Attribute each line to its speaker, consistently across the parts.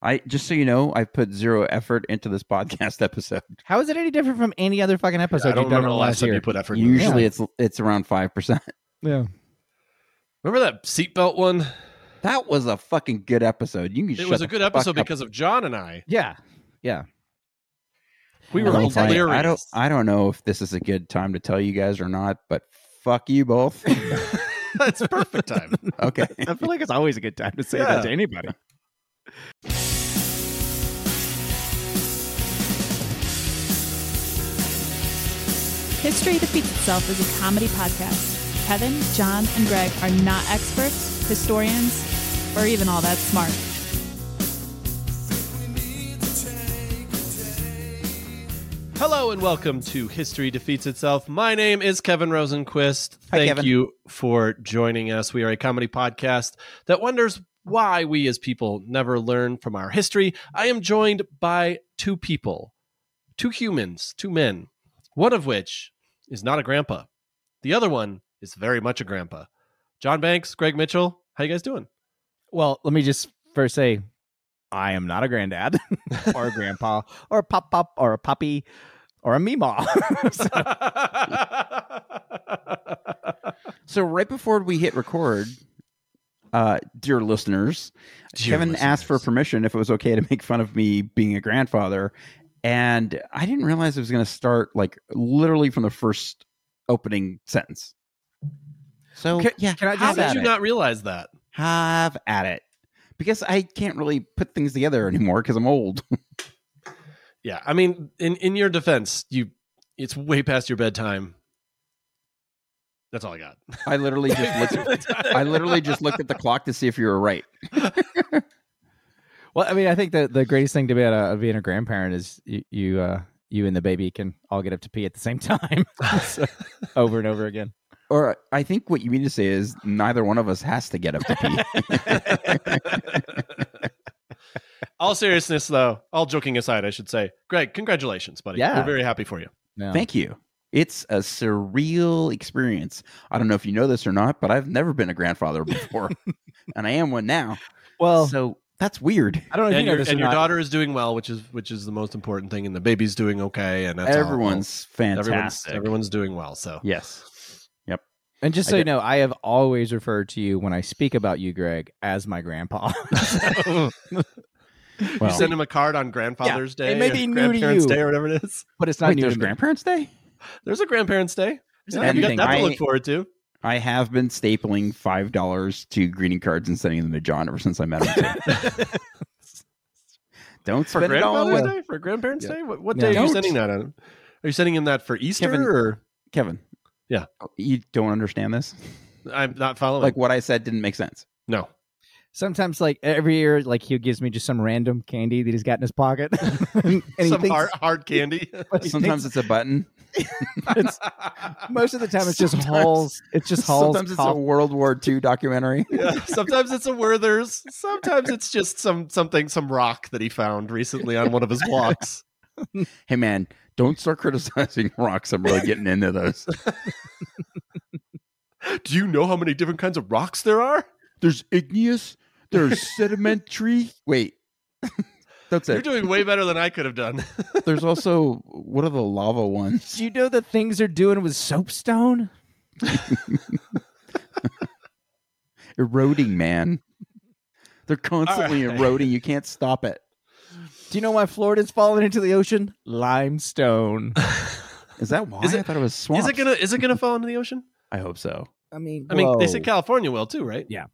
Speaker 1: I just so you know, I've put zero effort into this podcast episode.
Speaker 2: How is it any different from any other fucking episode
Speaker 3: I don't
Speaker 2: you've done
Speaker 3: remember
Speaker 2: in
Speaker 3: the last time
Speaker 2: year?
Speaker 3: you put effort. into it.
Speaker 1: Usually, it's it's around five percent.
Speaker 2: yeah.
Speaker 3: Remember that seatbelt one?
Speaker 1: That was a fucking good episode. You can
Speaker 3: It was a good episode because of John and I.
Speaker 2: Yeah.
Speaker 3: We
Speaker 2: I
Speaker 3: were
Speaker 2: don't find-
Speaker 3: hilarious.
Speaker 1: I don't. I don't know if this is a good time to tell you guys or not, but fuck you both.
Speaker 3: That's perfect time.
Speaker 1: Okay.
Speaker 2: I feel like it's always a good time to say
Speaker 3: Yeah.
Speaker 2: that to anybody.
Speaker 4: History Defeats Itself is a comedy podcast. Kevin, John, and Greg are not experts, historians, or even all that smart.
Speaker 3: Hello and welcome to History Defeats Itself. My name is Kevin Rosenquist.
Speaker 1: Hi,
Speaker 3: Thank
Speaker 1: Kevin.
Speaker 3: you for joining us. We are a comedy podcast that wonders why we as people never learn from our history. I am joined by two people, two humans, two men, one of which is not a grandpa. The other one is very much a grandpa. John Banks, Greg Mitchell, how you guys doing?
Speaker 2: Well, let me just first say, I am not a granddad or a grandpa or a pop pop or a puppy or a meemaw. So-
Speaker 1: So right before we hit record, uh, dear listeners,
Speaker 3: Dear
Speaker 1: Kevin asked for
Speaker 3: listeners.
Speaker 1: permission if it was okay to make fun of me being a grandfather, and I didn't realize it was going to start like literally from the first opening sentence. So
Speaker 3: Can-
Speaker 1: yeah,
Speaker 2: can I
Speaker 3: How
Speaker 1: have
Speaker 3: did
Speaker 1: at
Speaker 3: you
Speaker 1: it.
Speaker 3: not realize that?
Speaker 1: have at it? Because I can't really put things together anymore because I'm old.
Speaker 3: Yeah, I mean, in in your defense, you it's way past your bedtime. That's all I got.
Speaker 1: I literally just looked. I literally just looked at the clock to see if you were right.
Speaker 2: well, I mean, I think the, the greatest thing to be a, of being a grandparent is you you, uh, you and the baby can all get up to pee at the same time So, over and over again.
Speaker 1: Or I think what you mean to say is neither one of us has to get up to pee.
Speaker 3: all seriousness, though, all joking aside, I should say, Greg, congratulations, buddy.
Speaker 2: Yeah.
Speaker 3: we're very happy for you.
Speaker 2: Yeah.
Speaker 1: Thank you. It's a surreal experience. I don't know if you know this or not, but I've never been a grandfather before, and I am one now.
Speaker 2: well,
Speaker 1: so that's weird.
Speaker 2: I don't know if Oh, you
Speaker 3: And
Speaker 2: know
Speaker 3: your,
Speaker 2: this
Speaker 3: and
Speaker 2: or
Speaker 3: your
Speaker 2: not.
Speaker 3: daughter is doing well, which is which is the most important thing, and the baby's doing okay, and that's all.
Speaker 1: everyone's fantastic.
Speaker 3: everyone's everyone's doing well. So
Speaker 1: yes.
Speaker 2: And just
Speaker 1: I
Speaker 2: so you
Speaker 1: get-
Speaker 2: know, I have always referred to you when I speak about you, Greg, as my grandpa.
Speaker 3: you
Speaker 1: Well,
Speaker 3: send him a card on Grandfather's Day,
Speaker 2: it may
Speaker 3: or
Speaker 2: be new to
Speaker 3: Grandparents'
Speaker 2: you.
Speaker 3: Day, or whatever it is.
Speaker 2: but it's not
Speaker 1: wait,
Speaker 2: new
Speaker 1: there's
Speaker 2: to me.
Speaker 1: Grandparents' Day.
Speaker 3: There's a Grandparents' Day.
Speaker 1: an
Speaker 3: Yeah, you got
Speaker 1: everything.
Speaker 3: that to
Speaker 1: I-
Speaker 3: look forward to.
Speaker 1: I have been stapling five dollars to greeting cards and sending them to John ever since I met him. too. Don't
Speaker 3: For
Speaker 1: spend it all
Speaker 3: Grandfather's
Speaker 1: with
Speaker 3: Day? For Grandparents'
Speaker 2: Yeah.
Speaker 3: Day? What, what
Speaker 2: Yeah.
Speaker 3: day are you
Speaker 1: Don't.
Speaker 3: sending that on? Are you sending him that for Easter
Speaker 1: Kevin-
Speaker 3: or?
Speaker 1: Kevin. Oh,
Speaker 3: Yeah.
Speaker 1: you don't understand this.
Speaker 3: I'm not following.
Speaker 1: Like what I said didn't make sense.
Speaker 3: no.
Speaker 2: Sometimes, like every year, like he gives me just some random candy that he's got in his pocket. and he
Speaker 3: Some
Speaker 2: thinks-
Speaker 3: hard, hard candy.
Speaker 2: he
Speaker 1: Sometimes it's a button.
Speaker 2: it's- most of the time it's just
Speaker 1: Sometimes-
Speaker 2: halls. It's just halls.
Speaker 1: Sometimes it's a
Speaker 2: cough-
Speaker 1: World War II documentary.
Speaker 3: Yeah, Sometimes it's a Werther's. Sometimes it's just some something, some rock that he found recently on one of his walks.
Speaker 1: hey man, don't start criticizing rocks. I'm really getting into those.
Speaker 3: Do you know how many different kinds of rocks there are?
Speaker 1: There's igneous. There's sedimentary. Wait, that's
Speaker 3: You're
Speaker 1: it.
Speaker 3: doing way better than I could have done.
Speaker 1: There's also what are the lava ones?
Speaker 2: Do you know the things they're doing with soapstone?
Speaker 1: Eroding, man. They're constantly
Speaker 3: right.
Speaker 1: eroding. You can't stop it.
Speaker 2: Do you know why Florida's falling into the ocean? Limestone.
Speaker 1: Is that why?
Speaker 3: Is it-
Speaker 1: I thought it was swamp.
Speaker 3: Is it gonna is it gonna fall into the ocean?
Speaker 1: I hope so.
Speaker 2: I mean,
Speaker 3: I mean, they
Speaker 2: whoa.
Speaker 3: say California will too, right?
Speaker 2: Yeah.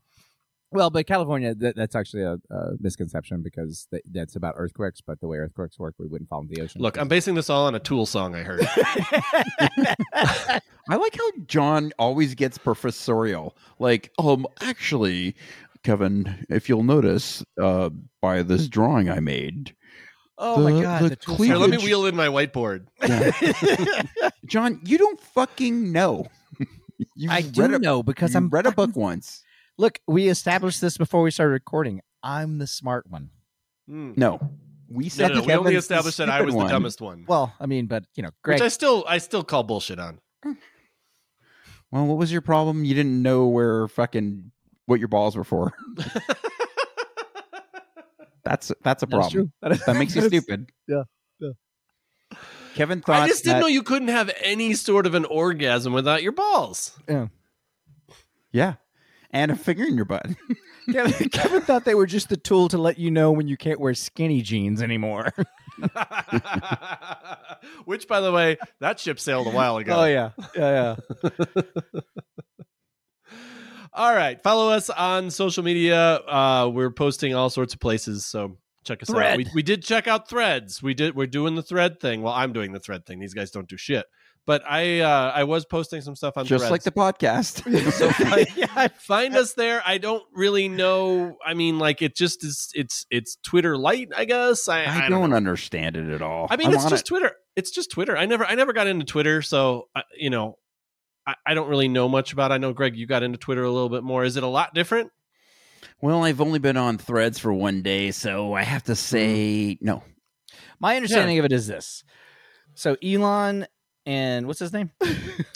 Speaker 2: Well, but California, that, that's actually a, a misconception because th- that's about earthquakes. But the way earthquakes work, we wouldn't fall into the ocean.
Speaker 3: Look, I'm basing this all on a Tool song I heard.
Speaker 1: I like how John always gets professorial. Like, um, actually, Kevin, if you'll notice, uh, by this drawing I made,
Speaker 2: oh my
Speaker 1: the-
Speaker 2: god,
Speaker 1: the
Speaker 2: the tool
Speaker 1: cleavage-
Speaker 3: Here, let me
Speaker 1: Huge.
Speaker 3: wheel in my whiteboard.
Speaker 1: John, you don't fucking know. You
Speaker 2: I do
Speaker 1: a,
Speaker 2: know because
Speaker 1: you
Speaker 2: I'm
Speaker 1: read a book
Speaker 2: fucking-
Speaker 1: once.
Speaker 2: Look, we established this before we started recording. I'm the smart one.
Speaker 3: Hmm.
Speaker 1: No, we
Speaker 3: No,
Speaker 1: said
Speaker 3: no, no, we
Speaker 1: Kevin's
Speaker 3: only
Speaker 1: the
Speaker 3: established that I
Speaker 1: stupid
Speaker 3: was
Speaker 1: one.
Speaker 3: the dumbest one.
Speaker 2: Well, I mean, but you know, Greg.
Speaker 3: Which I still I still call bullshit on.
Speaker 1: Well, what was your problem? You didn't know where fucking what your balls were for. That's that's a problem.
Speaker 2: That, is,
Speaker 1: That makes you stupid.
Speaker 2: yeah, yeah.
Speaker 1: Kevin thought
Speaker 3: I just didn't
Speaker 1: that-
Speaker 3: know you couldn't have any sort of an orgasm without your balls.
Speaker 1: Yeah. And a finger in your butt.
Speaker 2: Kevin, Kevin thought they were just the tool to let you know when you can't wear skinny jeans anymore.
Speaker 3: Which, by the way, that ship sailed a while ago.
Speaker 2: Oh yeah, yeah,
Speaker 3: All right. Follow us on social media. Uh, we're posting all sorts of places, so check us out.
Speaker 2: Thread.
Speaker 3: We, we did check out threads. We did. We're doing the thread thing. Well, I'm doing the thread thing. These guys don't do shit. But I, uh, I was posting some stuff on
Speaker 1: Just
Speaker 3: threads.
Speaker 1: like the podcast.
Speaker 3: so
Speaker 2: yeah.
Speaker 3: find,
Speaker 2: yeah.
Speaker 3: find us there. I don't really know. I mean, like it just is. It's it's Twitter light, I guess. I,
Speaker 1: I,
Speaker 3: I
Speaker 1: don't,
Speaker 3: know.
Speaker 1: understand it at all.
Speaker 3: I mean,
Speaker 1: I'm
Speaker 3: it's
Speaker 1: on
Speaker 3: just
Speaker 1: it.
Speaker 3: Twitter. It's just Twitter. I never, I never got into Twitter, so I, you know, I, I don't really know much about. It. I know Greg, you got into Twitter a little bit more. Is it a lot different?
Speaker 1: Well, I've only been on threads for one day, so I have
Speaker 2: Hmm.
Speaker 1: to say no.
Speaker 2: My understanding of it is this: so Elon and what's his name,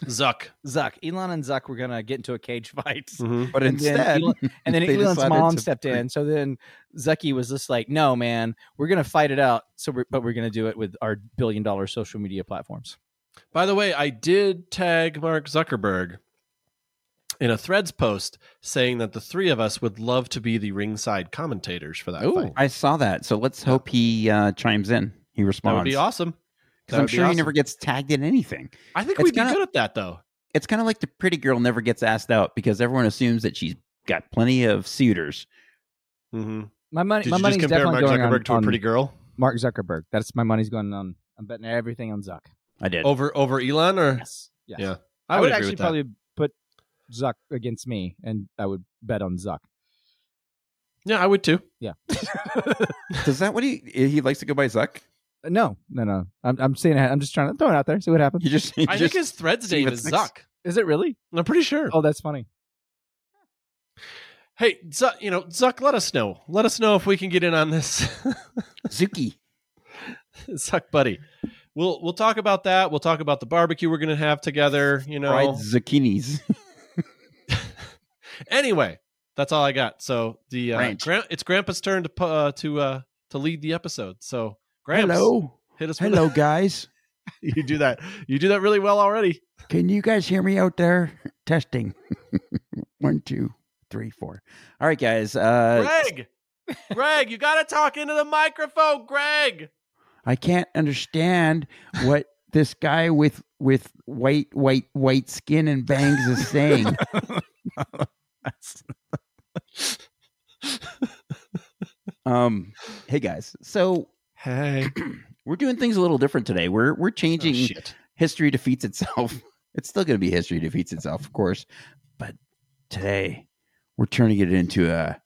Speaker 3: Zuck.
Speaker 2: Zuck. Elon and Zuck were gonna get into a cage fight.
Speaker 1: But
Speaker 2: And then
Speaker 1: instead,
Speaker 2: Elon- and then
Speaker 1: they
Speaker 2: Elon's
Speaker 1: decided
Speaker 2: mom
Speaker 1: to-
Speaker 2: stepped in. So then Zucky was just like, "No, man, we're gonna fight it out. So, we're, but we're gonna do it with our billion-dollar social media platforms."
Speaker 3: By the way, I did tag Mark Zuckerberg in a Threads post saying that the three of us would love to be the ringside commentators for that fight.
Speaker 1: I saw that. So let's hope he uh, chimes in. He
Speaker 3: That
Speaker 1: responds.
Speaker 3: would be awesome. That
Speaker 1: Because I'm
Speaker 3: would be
Speaker 1: sure he
Speaker 3: awesome.
Speaker 1: never gets tagged in anything.
Speaker 3: I think
Speaker 1: It's
Speaker 3: we'd be
Speaker 1: kinda-
Speaker 3: good at that though.
Speaker 1: It's kind of like the pretty girl never gets asked out because everyone assumes that she's got plenty of suitors.
Speaker 3: Mm-hmm.
Speaker 2: My money,
Speaker 3: Did
Speaker 2: my
Speaker 3: you
Speaker 2: money's
Speaker 3: just compare
Speaker 2: definitely
Speaker 3: Mark
Speaker 2: going
Speaker 3: Zuckerberg
Speaker 2: on,
Speaker 3: to a
Speaker 2: on
Speaker 3: pretty girl
Speaker 2: Mark Zuckerberg. That's my money's going on. I'm betting everything on Zuck.
Speaker 1: I did.
Speaker 3: over over Elon? Or
Speaker 2: Yes, yes.
Speaker 3: Yeah.
Speaker 2: I, would,
Speaker 3: agree
Speaker 2: actually
Speaker 3: with that.
Speaker 2: probably put Zuck against me, and I would bet on Zuck.
Speaker 3: Yeah, I would too.
Speaker 1: Is that what he he likes to go by Zuck?
Speaker 2: Uh, No, no, no. I'm, I'm saying I'm just trying to throw it out there, see what happens.
Speaker 1: You just, you
Speaker 3: I
Speaker 1: just
Speaker 3: think his Threads
Speaker 1: see
Speaker 3: name
Speaker 1: what's
Speaker 3: is
Speaker 1: next.
Speaker 3: Zuck.
Speaker 2: Is it really?
Speaker 3: I'm pretty sure.
Speaker 2: Oh, that's funny.
Speaker 3: Hey, Zuck, you know, Zuck, let us know. Let us know if we can get in on this.
Speaker 1: Zuki.
Speaker 3: Zuck buddy. We'll we'll talk about that. We'll talk about the barbecue we're gonna have together, you know.
Speaker 1: Fried zucchinis.
Speaker 3: Anyway, that's all I got. So the uh,
Speaker 1: Ranch.
Speaker 3: Gran- it's Grandpa's turn to pu- uh, to uh, to lead the episode. So Gramps,
Speaker 1: Hello.
Speaker 3: hit us. with
Speaker 1: Hello, guys.
Speaker 3: that. you do that. You do that really well already.
Speaker 1: Can you guys hear me out there? Testing. One, two, three, four. All right, guys. Uh,
Speaker 3: Greg, Greg, you gotta talk into the microphone, Greg.
Speaker 1: I can't understand what this guy with with white, white, white skin and bangs is saying. um, hey guys. So
Speaker 3: Hey, Oh,
Speaker 1: we're doing things a little different today. We're we're changing
Speaker 3: shit.
Speaker 1: history defeats itself. It's still going to be history defeats itself, of course. But today, we're turning it into a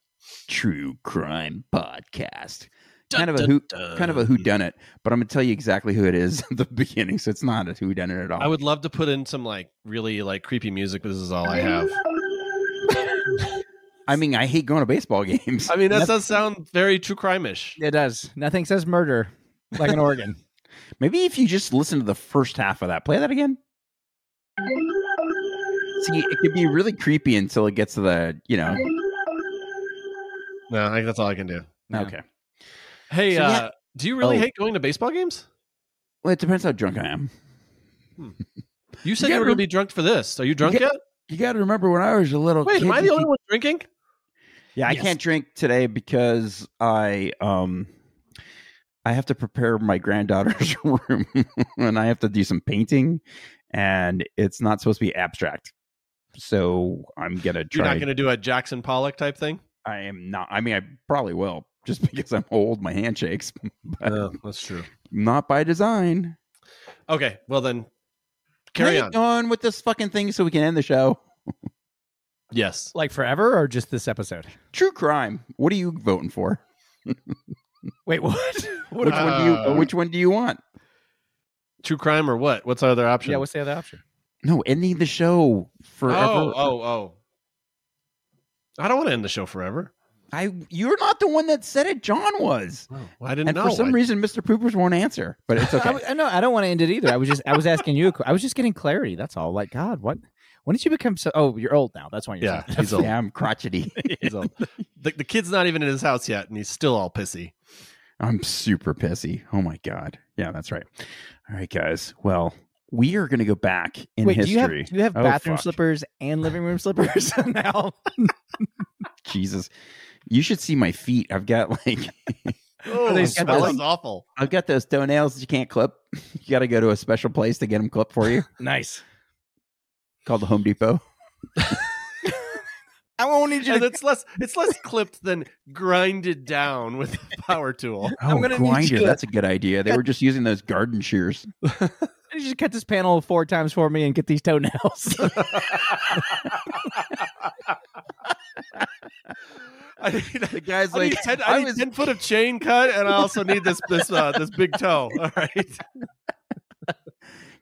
Speaker 1: true crime podcast. Kind of a who, kind
Speaker 3: Uh,
Speaker 1: of a who done it. But I'm going to tell you exactly who it is at the beginning, so it's not a who done it at all.
Speaker 3: I would love to put in some like really like creepy music, but this is all I have.
Speaker 1: I mean, I hate going to baseball games.
Speaker 3: I mean, that does sound very true crime ish.
Speaker 2: It does. Nothing says murder like an organ.
Speaker 1: Maybe if you just listen to the first half of that, play that again. See, it could be really creepy until it gets to the, you know.
Speaker 3: No, I think that's all I can do.
Speaker 2: Yeah.
Speaker 1: Okay.
Speaker 3: Hey,
Speaker 1: So,
Speaker 3: uh,
Speaker 1: yeah.
Speaker 3: do you really
Speaker 1: Oh.
Speaker 3: hate going to baseball games?
Speaker 1: Well, it depends how drunk I am.
Speaker 3: You
Speaker 1: gotta
Speaker 3: said you, were going
Speaker 1: rem-
Speaker 3: to be drunk for this. Are you drunk
Speaker 1: get-
Speaker 3: yet?
Speaker 1: You got to remember when I was a little
Speaker 3: Wait,
Speaker 1: kid.
Speaker 3: am I
Speaker 1: you
Speaker 3: the only
Speaker 1: could-
Speaker 3: one drinking?
Speaker 1: Yeah, I
Speaker 3: Yes.
Speaker 1: can't drink today because I um I have to prepare my granddaughter's room and I have to do some painting and it's not supposed to be abstract. So I'm gonna
Speaker 3: You're
Speaker 1: try
Speaker 3: not going to do a Jackson Pollock type thing.
Speaker 1: I am not I mean I probably will just because I'm old, my hand shakes. but
Speaker 3: Oh, that's true.
Speaker 1: not by design.
Speaker 3: Okay, well then, carry
Speaker 1: Can I
Speaker 3: on.
Speaker 1: get on with this fucking thing so we can end the show.
Speaker 3: Yes,
Speaker 2: Like forever or just this episode?
Speaker 1: True crime. What are you voting for?
Speaker 2: Wait, what?
Speaker 1: Which one do
Speaker 3: Uh,
Speaker 1: you which one do you want?
Speaker 3: true crime or what? What's our other option?
Speaker 2: yeah, what's the other option?
Speaker 1: No, ending the show forever.
Speaker 3: oh, oh, oh. I don't want to end the show forever.
Speaker 1: I you're not the one that said it. John was,
Speaker 3: I didn't
Speaker 1: and
Speaker 3: know.
Speaker 1: for some
Speaker 3: I-
Speaker 1: reason, Mr. Poopers won't answer. But it's
Speaker 2: I
Speaker 1: okay.
Speaker 2: w- I know I don't want to end it either. I was just I was asking you. a que- I was just getting clarity. That's all. Like God, what When did you become so? Oh, you're old now. That's why you're.
Speaker 3: Yeah,
Speaker 2: so-
Speaker 3: he's old.
Speaker 1: Yeah, I'm crotchety.
Speaker 3: He's old. The, the kid's not even in his house yet, and he's still all pissy.
Speaker 1: I'm super pissy. Oh my god. Yeah, that's right. All right, guys. Well, we are going to go back in
Speaker 2: Wait, do you have,
Speaker 1: history.
Speaker 2: do you have
Speaker 1: Oh,
Speaker 2: bathroom
Speaker 1: fuck.
Speaker 2: slippers and living room slippers now?
Speaker 1: Jesus, you should see my feet. I've got like
Speaker 3: Oh,
Speaker 2: they
Speaker 3: that
Speaker 1: smelling?
Speaker 3: smells awful.
Speaker 1: I've got those toenails that you can't clip. You got to go to a special place to get them clipped for you,
Speaker 2: nice.
Speaker 1: called the Home Depot.
Speaker 2: I won't need you
Speaker 3: And
Speaker 2: to.
Speaker 3: it's less it's less clipped than grinded down with a power tool.
Speaker 2: I'm gonna need
Speaker 1: grinder.
Speaker 2: you to-
Speaker 1: Oh, That's a good idea. They were just using those garden shears.
Speaker 2: I need you to cut this panel four times for me and get these toenails.
Speaker 3: I need,
Speaker 1: The guy's
Speaker 3: I need,
Speaker 1: like,
Speaker 3: 10, I
Speaker 1: I
Speaker 3: need
Speaker 1: was-
Speaker 3: 10 foot of chain cut, and I also need this this uh, this big toe. All right.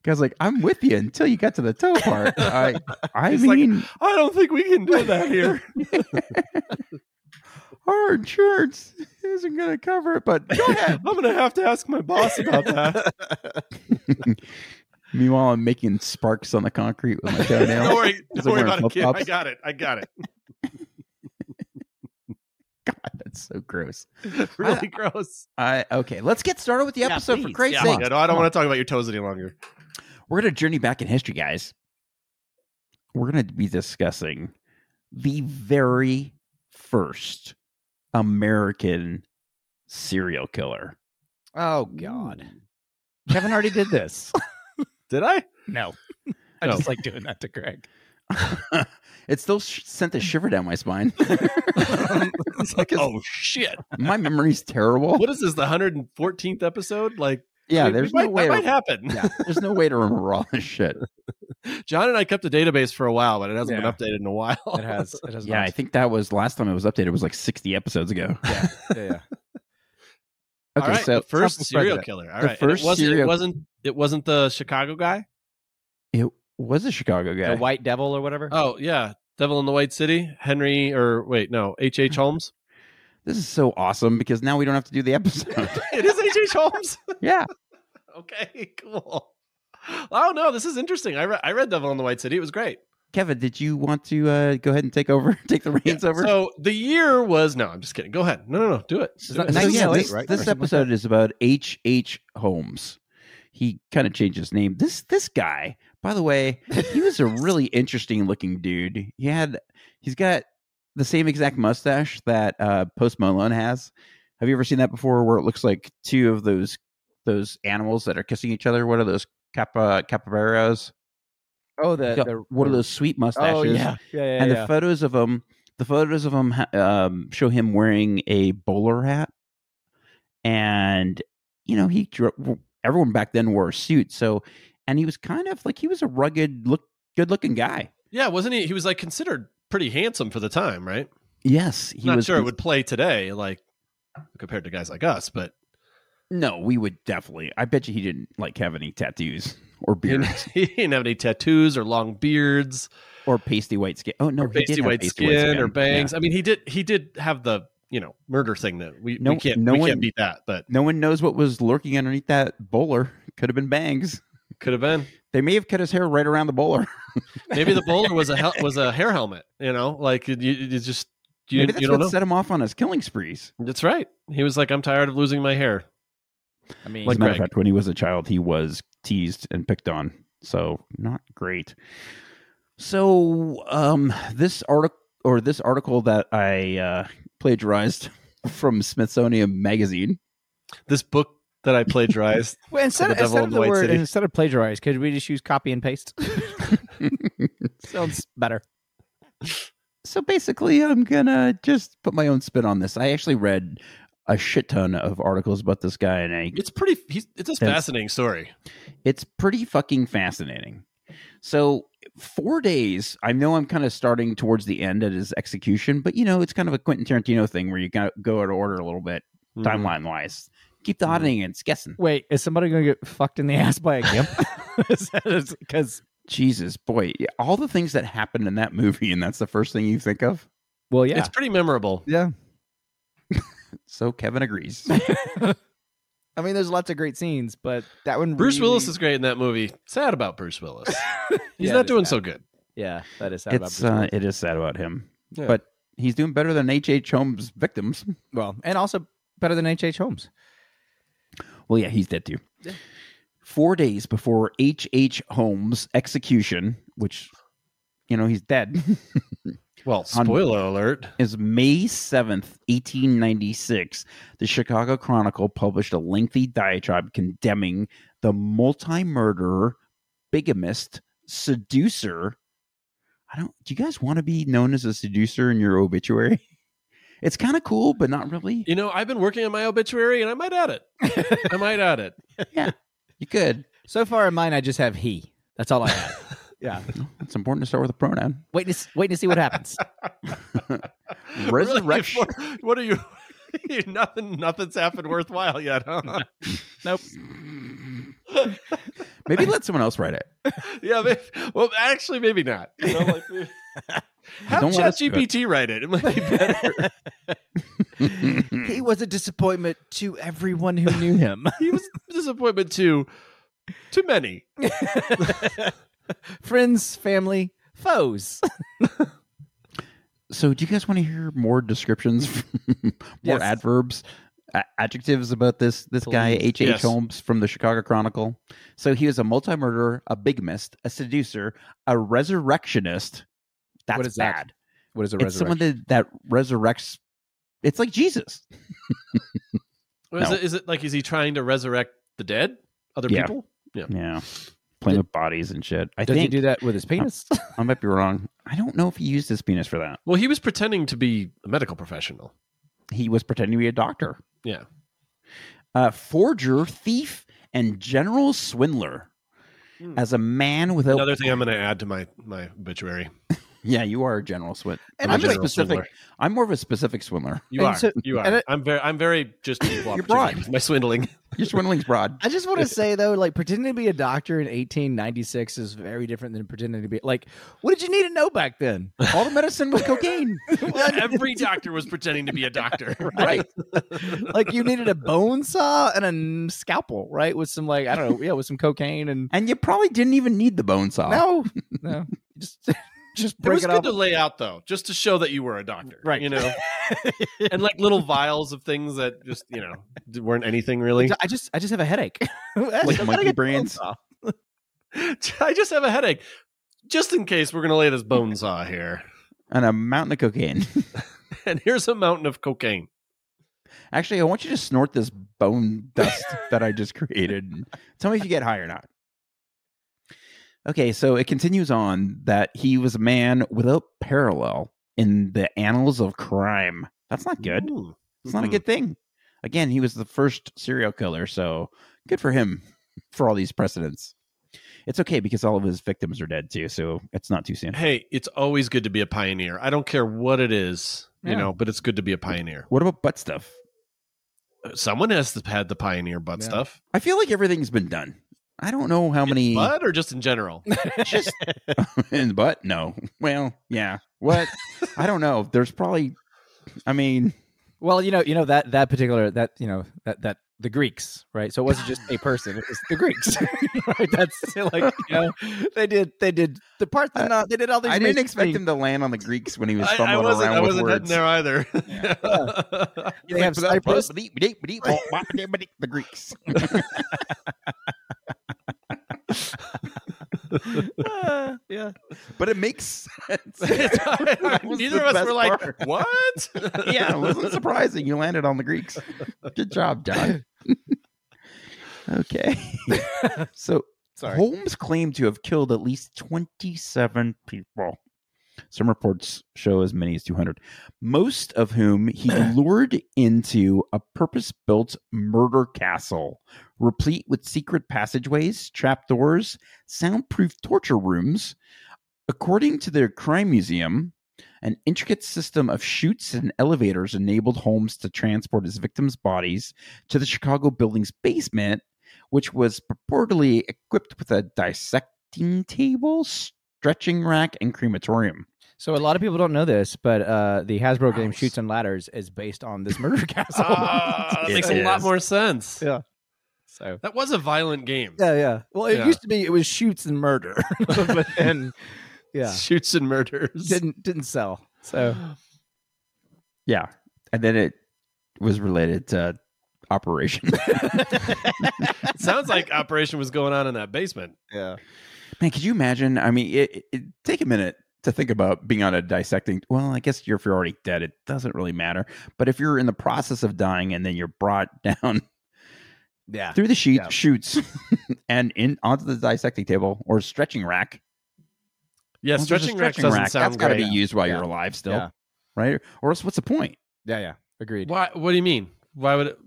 Speaker 1: guy's like, I'm with you until you got to the toe part. I, I
Speaker 3: He's like,
Speaker 1: mean,
Speaker 3: I don't think we can do that here.
Speaker 1: our insurance isn't going to cover it, but go ahead.
Speaker 3: I'm gonna have to ask my boss about that.
Speaker 1: Meanwhile, I'm making sparks on the concrete with my
Speaker 3: Don't
Speaker 1: toenail.
Speaker 3: worry,
Speaker 1: Is
Speaker 3: don't
Speaker 1: it
Speaker 3: worry
Speaker 1: wearing
Speaker 3: about it, kid. I
Speaker 1: flip-flops?
Speaker 3: got it. I got it.
Speaker 1: That's so gross.
Speaker 3: Really gross.
Speaker 1: I okay, let's get started with the
Speaker 2: Yeah,
Speaker 1: episode for
Speaker 2: please.
Speaker 1: Christ's
Speaker 2: Yeah.
Speaker 1: sake.
Speaker 3: Yeah, no, "Oh, I don't want to talk about your toes any longer.
Speaker 1: We're gonna journey back in history, guys. We're gonna be discussing the very first American serial killer.
Speaker 2: oh God, Kevin already did this.
Speaker 3: Did I?
Speaker 2: No, I
Speaker 3: No.
Speaker 2: just like doing that to Greg.
Speaker 1: it still sh- sent a shiver down my spine.
Speaker 3: It's like, oh shit!
Speaker 1: my memory's terrible.
Speaker 3: What is this? The 114th episode? Like,
Speaker 1: yeah,
Speaker 3: it- it
Speaker 1: there's no
Speaker 3: might-
Speaker 1: way.
Speaker 3: that might
Speaker 1: To,
Speaker 3: happen.
Speaker 1: yeah, there's no way to remember all this shit.
Speaker 3: John and I kept a database for a while, but it hasn't
Speaker 2: Yeah.
Speaker 3: been updated in a while.
Speaker 2: It has. It has.
Speaker 1: Yeah, I think that was last time it was updated was like 60 episodes ago.
Speaker 2: yeah, yeah, yeah.
Speaker 1: Okay,
Speaker 3: All right,
Speaker 1: so
Speaker 3: the first
Speaker 2: Trump was
Speaker 3: serial
Speaker 2: president.
Speaker 3: killer. All
Speaker 1: The
Speaker 3: right, And
Speaker 1: first
Speaker 3: it wasn't,
Speaker 1: serial-
Speaker 3: It wasn't. It wasn't the Chicago guy.
Speaker 1: it was a Chicago guy.
Speaker 2: The White Devil or whatever.
Speaker 3: Oh yeah, Devil in the White City. Henry or wait, no, H. H. Holmes.
Speaker 1: This is so awesome because now we don't have to do the episode.
Speaker 3: it is H. H. Holmes.
Speaker 1: yeah.
Speaker 3: okay, cool. Oh no, this is interesting. I read I read Devil in the White City. It was great.
Speaker 1: Kevin, did you want to uh, go ahead and take over, take the reins over?
Speaker 3: So the year was no. I'm just kidding. Go ahead. No, no, no. Do it.
Speaker 2: This is
Speaker 3: Do
Speaker 2: not-
Speaker 3: it.
Speaker 1: So,
Speaker 2: Nice
Speaker 1: yeah,
Speaker 2: to
Speaker 1: this,
Speaker 2: meet, right?
Speaker 1: this
Speaker 2: Or something like
Speaker 1: episode is about H. H. Holmes. He kind of changed his name. This this guy, by the way, he was a really interesting looking dude. He had he's got the same exact mustache that uh, Post Malone has. Have you ever seen that before? Where it looks like two of those those animals that are kissing each other. What are those capa capibaras?
Speaker 2: Oh, the,
Speaker 1: Got
Speaker 2: the
Speaker 1: What are
Speaker 2: the-
Speaker 1: those sweet mustaches?
Speaker 2: Oh yeah, yeah, yeah.
Speaker 1: and
Speaker 2: yeah.
Speaker 1: the photos of him the photos of him ha- um, show him wearing a bowler hat and you know he dro- everyone back then wore a suit so and he was kind of like he was a rugged look good looking guy
Speaker 3: Yeah, wasn't he? He was like considered pretty handsome for the time, right?
Speaker 1: yes he
Speaker 3: Not
Speaker 1: was
Speaker 3: sure it would play today, like compared to guys like us, but
Speaker 1: no we would definitely i bet you he didn't like have any tattoos or
Speaker 3: he
Speaker 1: beard
Speaker 3: didn't, he didn't have any tattoos or long beards.
Speaker 1: or pasty white skin oh no
Speaker 3: or
Speaker 1: he did
Speaker 3: pasty
Speaker 1: have
Speaker 3: white
Speaker 1: pasty
Speaker 3: skin, or bangs. I mean, he did he did have the you know murder thing that we,
Speaker 1: No-
Speaker 3: we can't
Speaker 1: no
Speaker 3: we
Speaker 1: one-
Speaker 3: can't beat that, but
Speaker 1: no one knows what was lurking underneath that bowler could have been bangs
Speaker 3: could have been
Speaker 1: they may have cut his hair right around the bowler
Speaker 3: maybe the bowler was a hel- was a hair helmet. You know, like you, you you just you,
Speaker 1: maybe that's
Speaker 3: you
Speaker 1: what
Speaker 3: don't know.
Speaker 1: set him off on his killing sprees
Speaker 3: That's right. He was like, I'm tired of losing my hair.
Speaker 2: I mean,
Speaker 1: As
Speaker 3: Like
Speaker 1: a matter of
Speaker 3: Greg.
Speaker 1: fact, when he was a child, he was teased and picked on. So not great. So um, this article or this article that I uh, plagiarized from Smithsonian Magazine.
Speaker 3: This book that I plagiarized.
Speaker 2: well, instead,
Speaker 3: the
Speaker 2: of,
Speaker 3: devil
Speaker 2: instead
Speaker 3: in
Speaker 2: of
Speaker 3: the
Speaker 2: the
Speaker 3: White
Speaker 2: word,
Speaker 3: City.
Speaker 2: instead of plagiarize, could we just use copy and paste? Sounds better.
Speaker 1: So basically, I'm gonna just put my own spin on this. I actually read a shit ton of articles about this guy, and I
Speaker 3: it's pretty. He's, it's a
Speaker 1: That's-
Speaker 3: fascinating story.
Speaker 1: It's pretty fucking fascinating. So, four days. I know I'm kind of starting towards the end at his execution, but you know, it's kind of a Quentin Tarantino thing where you got to go out of order a little bit,
Speaker 3: Mm-hmm.
Speaker 1: timeline wise. Keep the
Speaker 3: Mhm.
Speaker 1: audience guessing.
Speaker 2: Wait, is somebody going to get fucked in the ass by a gimp? Because,
Speaker 1: Jesus, boy, yeah, all the things that happened in that movie, and that's the first thing you think of.
Speaker 2: well, yeah,
Speaker 3: It's pretty memorable.
Speaker 2: yeah.
Speaker 1: So Kevin agrees.
Speaker 2: I mean, there's lots of great scenes, but that one.
Speaker 3: Bruce Willis
Speaker 2: really-
Speaker 3: is great in that movie. Sad about Bruce Willis. He's
Speaker 2: Yeah, it
Speaker 3: not
Speaker 2: is
Speaker 3: doing
Speaker 2: bad.
Speaker 3: so good.
Speaker 2: Yeah, that is sad about
Speaker 1: It's
Speaker 2: Bruce
Speaker 1: uh,
Speaker 2: Willis.
Speaker 1: it is sad about him,
Speaker 3: Yeah.
Speaker 1: but he's doing better than H. H. Holmes' victims.
Speaker 2: well, and also better than H.H. Holmes.
Speaker 1: Well, yeah, he's dead too. Four days before H. H. Holmes' execution, which you know he's dead,
Speaker 3: Well,
Speaker 1: On-
Speaker 3: spoiler alert.
Speaker 1: is May seventh, eighteen ninety six. The Chicago Chronicle published a lengthy diatribe condemning the multi-murderer, bigamist, seducer. I don't. Do you guys want to be known as a seducer in your obituary? It's kind of cool, but not really.
Speaker 3: You know, I've been working on my obituary and I might add it. I might add it.
Speaker 1: You could.
Speaker 2: So far in mine, I just have he. That's all I have. yeah,
Speaker 1: It's important to start with a pronoun.
Speaker 2: waiting to s- waiting to see what happens.
Speaker 3: Really?
Speaker 1: Resurrection.
Speaker 3: What- what are you? nothing. Nothing's happened worthwhile yet, huh?
Speaker 1: Maybe let someone else write it.
Speaker 3: yeah. Maybe, well, actually, maybe not. You know, like, we- have
Speaker 1: Don't let us do it.
Speaker 3: ChatGPT write it. It might be better.
Speaker 2: he was a disappointment to everyone who knew him.
Speaker 3: he was a disappointment to too many.
Speaker 2: Friends, family, foes.
Speaker 1: so, do you guys want to hear more descriptions, more
Speaker 2: Yes.
Speaker 1: adverbs, a- adjectives about this this guy
Speaker 2: Please.
Speaker 1: H. H.
Speaker 3: Yes.
Speaker 1: Holmes from the Chicago Chronicle? So he was a multi murderer, a bigamist, a seducer, a resurrectionist. That's
Speaker 2: What is that?
Speaker 1: bad.
Speaker 2: What is a
Speaker 1: It's someone that, that resurrects. It's like Jesus.
Speaker 3: Or Is,
Speaker 1: No.
Speaker 3: it, is it like is he trying to resurrect the dead, other
Speaker 1: Yeah.
Speaker 3: people?
Speaker 1: Yeah, playing with bodies and shit. I
Speaker 2: Does he
Speaker 1: think
Speaker 2: do that with his penis?
Speaker 1: I might be wrong. I don't know if he used his penis for that.
Speaker 3: Well, he was pretending to be a medical professional.
Speaker 1: he was pretending to be a doctor.
Speaker 3: Yeah.
Speaker 1: Uh, forger, thief, and general swindler.
Speaker 3: Hmm.
Speaker 1: As a man without,
Speaker 3: Another thing I'm going to add to my my obituary.
Speaker 1: yeah, you are a general swindler.
Speaker 2: And
Speaker 1: I'm,
Speaker 2: I'm
Speaker 1: a
Speaker 2: like-
Speaker 1: specific.
Speaker 3: swindler.
Speaker 1: I'm more of a specific swindler.
Speaker 3: You
Speaker 2: And
Speaker 3: are.
Speaker 2: so-
Speaker 3: you
Speaker 2: and
Speaker 3: are.
Speaker 2: it-
Speaker 3: I'm very. I'm very just. equal
Speaker 1: You're
Speaker 3: opportunity
Speaker 1: broad.
Speaker 3: with My swindling.
Speaker 1: Your swindling's broad.
Speaker 2: I just want to say though, like pretending to be a doctor in 1896 is very different than pretending to be like. What did you need to know back then?
Speaker 1: All the medicine was cocaine.
Speaker 3: Every doctor was pretending to be a doctor.
Speaker 1: right.
Speaker 2: Like you needed a bone saw and a n- scalpel, right? With some like I don't know, yeah, with some cocaine and
Speaker 1: And you probably didn't even need the bone saw.
Speaker 2: no, no, just just
Speaker 3: It was
Speaker 2: break it,
Speaker 3: good
Speaker 2: up.
Speaker 3: to lay out though, just to show that you were a doctor,
Speaker 2: Right.
Speaker 3: You know, and like little vials of things that just you know d- weren't anything really.
Speaker 2: I just I just have a headache.
Speaker 1: Like monkey brains.
Speaker 3: I just have a headache, just in case we're gonna lay this bone saw here.
Speaker 1: And a mountain of cocaine.
Speaker 3: And here's a mountain of cocaine.
Speaker 1: Actually, I want you to snort this bone dust that I just created. Tell me if you get high or not. Okay, so it continues on that he was a man without parallel in the annals of crime. That's not good. Hmm.
Speaker 3: Ooh.
Speaker 1: It's
Speaker 3: Mm-hmm.
Speaker 1: not a good thing. Again, he was the first serial killer, so good for him for all these precedents. It's okay because all of his victims are dead too, so it's not too soon.
Speaker 3: Hey, it's always good to be a pioneer. I don't care what it is, you
Speaker 2: Yeah.
Speaker 3: know, but it's good to be a pioneer. Uh,
Speaker 1: What about butt stuff?
Speaker 3: Someone has to- had the pioneer butt
Speaker 2: Yeah.
Speaker 3: stuff.
Speaker 1: I feel like everything's been done. I don't know how many
Speaker 3: Butt or just in general?
Speaker 1: just in the butt no well yeah what i don't know there's probably i mean
Speaker 2: Well, you know, you know that that particular that you know that that the Greeks, right? So it wasn't just a person; it was the Greeks. right? That's like you know they did they did the part
Speaker 1: I-
Speaker 2: that not they did all these.
Speaker 1: i didn't
Speaker 2: amazing
Speaker 1: expect
Speaker 2: things.
Speaker 1: him to land on the greeks when he was
Speaker 3: I,
Speaker 1: fumbling
Speaker 3: I wasn't,
Speaker 1: around
Speaker 3: I
Speaker 1: with
Speaker 3: wasn't heading
Speaker 1: words
Speaker 3: there either.
Speaker 2: They have Cyprus.
Speaker 1: the greeks
Speaker 3: Ah,
Speaker 2: Uh, yeah,
Speaker 1: but it makes sense That was
Speaker 3: Neither
Speaker 1: the
Speaker 3: of us
Speaker 1: best
Speaker 3: were like,
Speaker 1: part. Oh,
Speaker 3: what?
Speaker 1: yeah it wasn't surprising you landed on the greeks good job john okay so
Speaker 2: sorry.
Speaker 1: Holmes claimed to have killed at least 27 people. Some reports show as many as 200, most of whom he lured into a purpose built murder castle, replete with secret passageways, trapdoors, soundproof torture rooms. According to the crime museum, an intricate system of chutes and elevators enabled Holmes to transport his victims' bodies to the Chicago building's basement which was purportedly equipped with a dissecting table, stretching rack, and crematorium.
Speaker 2: So a lot of people don't know this, but uh, the Hasbro game
Speaker 1: Gross.
Speaker 2: Shoots and Ladders is based on this murder castle.
Speaker 3: Ah, that
Speaker 1: It
Speaker 3: makes a lot
Speaker 1: is.
Speaker 3: more sense.
Speaker 2: Yeah. so
Speaker 3: That was a violent game.
Speaker 2: yeah, yeah. Well, it
Speaker 3: Yeah.
Speaker 2: used to be it was shoots and murder, but then yeah,
Speaker 3: shoots and murders.
Speaker 2: didn't didn't sell. So
Speaker 1: Yeah. And then it was related to Operation.
Speaker 3: It sounds like operation was going on in that basement.
Speaker 2: yeah,
Speaker 1: Man, could you imagine? I mean, it, it, it- take a minute to think about being on a dissecting. Well, I guess you're, if you're already dead, it doesn't really matter. But if you're in the process of dying and then you're brought down
Speaker 2: yeah,
Speaker 1: through the sheet,
Speaker 2: Yeah.
Speaker 1: shoots, and in onto the dissecting table or stretching rack.
Speaker 3: Yeah,
Speaker 1: Well, there's a
Speaker 3: stretching, rack doesn't sound
Speaker 1: That's got to be
Speaker 3: great.
Speaker 1: used while
Speaker 2: Yeah.
Speaker 1: you're alive still,
Speaker 2: Yeah.
Speaker 1: right? Or else, what's the point?
Speaker 2: yeah, yeah. Agreed.
Speaker 3: Why? What do you mean? Why would it?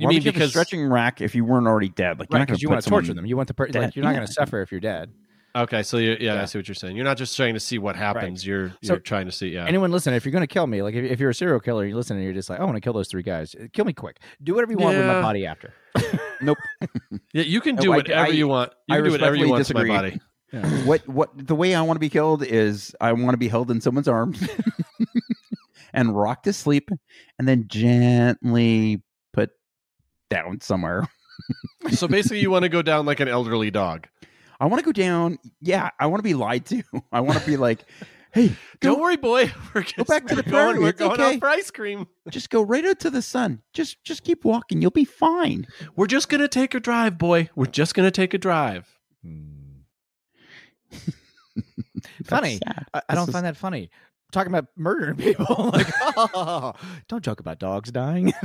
Speaker 3: You
Speaker 1: Why
Speaker 3: mean
Speaker 1: would you have a
Speaker 3: because
Speaker 1: stretching rack if you weren't already dead? Like you're
Speaker 2: right,
Speaker 1: not going
Speaker 2: because you
Speaker 1: put
Speaker 2: want to torture
Speaker 1: someone-
Speaker 2: them. You want the person
Speaker 1: dead.
Speaker 2: like you're not
Speaker 1: Yeah.
Speaker 2: going to suffer if you're dead.
Speaker 3: Okay, so you're, yeah, I
Speaker 2: Yeah.
Speaker 3: see what you're saying. You're not just trying to see what happens. You're
Speaker 2: So-
Speaker 3: you're trying to see. Yeah,
Speaker 2: Anyone listen? If you're going to kill me, like if, if you're a serial killer, you listen and you're just like, I want to kill those three guys. Uh, Kill me quick. Do whatever you want with
Speaker 3: Yeah.
Speaker 2: my body after.
Speaker 3: yeah. You can
Speaker 1: No,
Speaker 3: do
Speaker 1: I-
Speaker 3: whatever
Speaker 1: I-
Speaker 3: you want. You
Speaker 1: I
Speaker 3: can do whatever you
Speaker 1: respectfully
Speaker 3: want to my
Speaker 1: disagree.
Speaker 3: body.
Speaker 1: what what the way I want to be killed is I want to be held in someone's arms and rocked to sleep and then gently put down somewhere.
Speaker 3: so basically, you want to go down like an elderly dog.
Speaker 1: I want to go down. Yeah, I want to be lied to. I want to be like, "Hey, Go-
Speaker 3: Don't worry, boy. We're just,
Speaker 1: back to
Speaker 3: we're
Speaker 1: the
Speaker 3: going,
Speaker 1: prairie.
Speaker 3: We're
Speaker 1: It's
Speaker 3: going
Speaker 1: okay.
Speaker 3: out for ice cream.
Speaker 1: just go right out to the sun. Just just keep walking. You'll be fine."
Speaker 3: We're just gonna take a drive, boy. We're just gonna take a drive.
Speaker 1: Hmm. That's
Speaker 2: Funny.
Speaker 1: sad.
Speaker 2: I, I
Speaker 1: This
Speaker 2: don't
Speaker 1: is-
Speaker 2: find that funny. Talking about murdering people, like, oh, don't joke about dogs dying.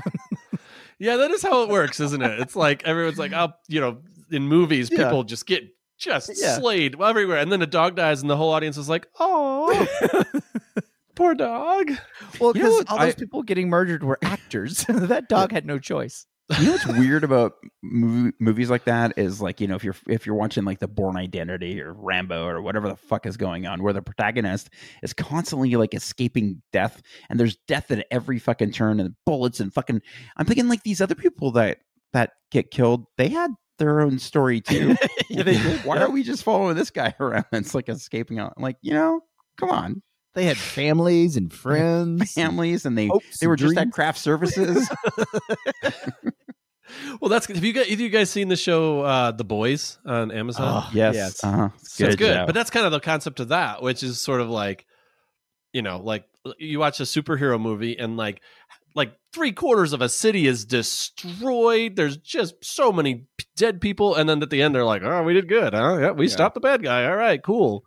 Speaker 3: Yeah, that is how it works, isn't it? It's like everyone's like, oh, you know, in movies,
Speaker 2: Yeah.
Speaker 3: people just get just
Speaker 2: Yeah.
Speaker 3: slayed everywhere, and then a dog dies, and the whole audience is like, oh, poor dog.
Speaker 2: Well,
Speaker 1: You know
Speaker 2: because
Speaker 1: what?
Speaker 2: all
Speaker 1: I-
Speaker 2: those people getting murdered were actors. that dog had no choice.
Speaker 1: you know what's weird about movie, movies like that is like you know if you're if you're watching like the Born Identity or Rambo or whatever the fuck is going on, where the protagonist is constantly like escaping death, and there's death at every fucking turn and bullets and fucking. I'm thinking like these other people that that get killed, they had their own story too. Why are we just following this guy around? It's like escaping out. Like you know, come on,
Speaker 2: They had families and friends.
Speaker 1: families, and they
Speaker 2: hopes
Speaker 1: they
Speaker 2: and
Speaker 1: were just at
Speaker 2: dreams.
Speaker 1: craft services.
Speaker 3: Well, that's have you guys either you guys seen the show uh, The Boys on Amazon?
Speaker 2: Oh,
Speaker 1: yes,
Speaker 2: yes.
Speaker 1: uh-huh.
Speaker 3: So it's good,
Speaker 1: show.
Speaker 3: but that's kind of the concept of that, which is sort of like, you know, like you watch a superhero movie and like, like three quarters of a city is destroyed. There's just so many p- dead people, and then at the end they're like, "Oh, we did good, huh? Yeah, we
Speaker 2: Yeah.
Speaker 3: stopped the bad guy. All right, cool.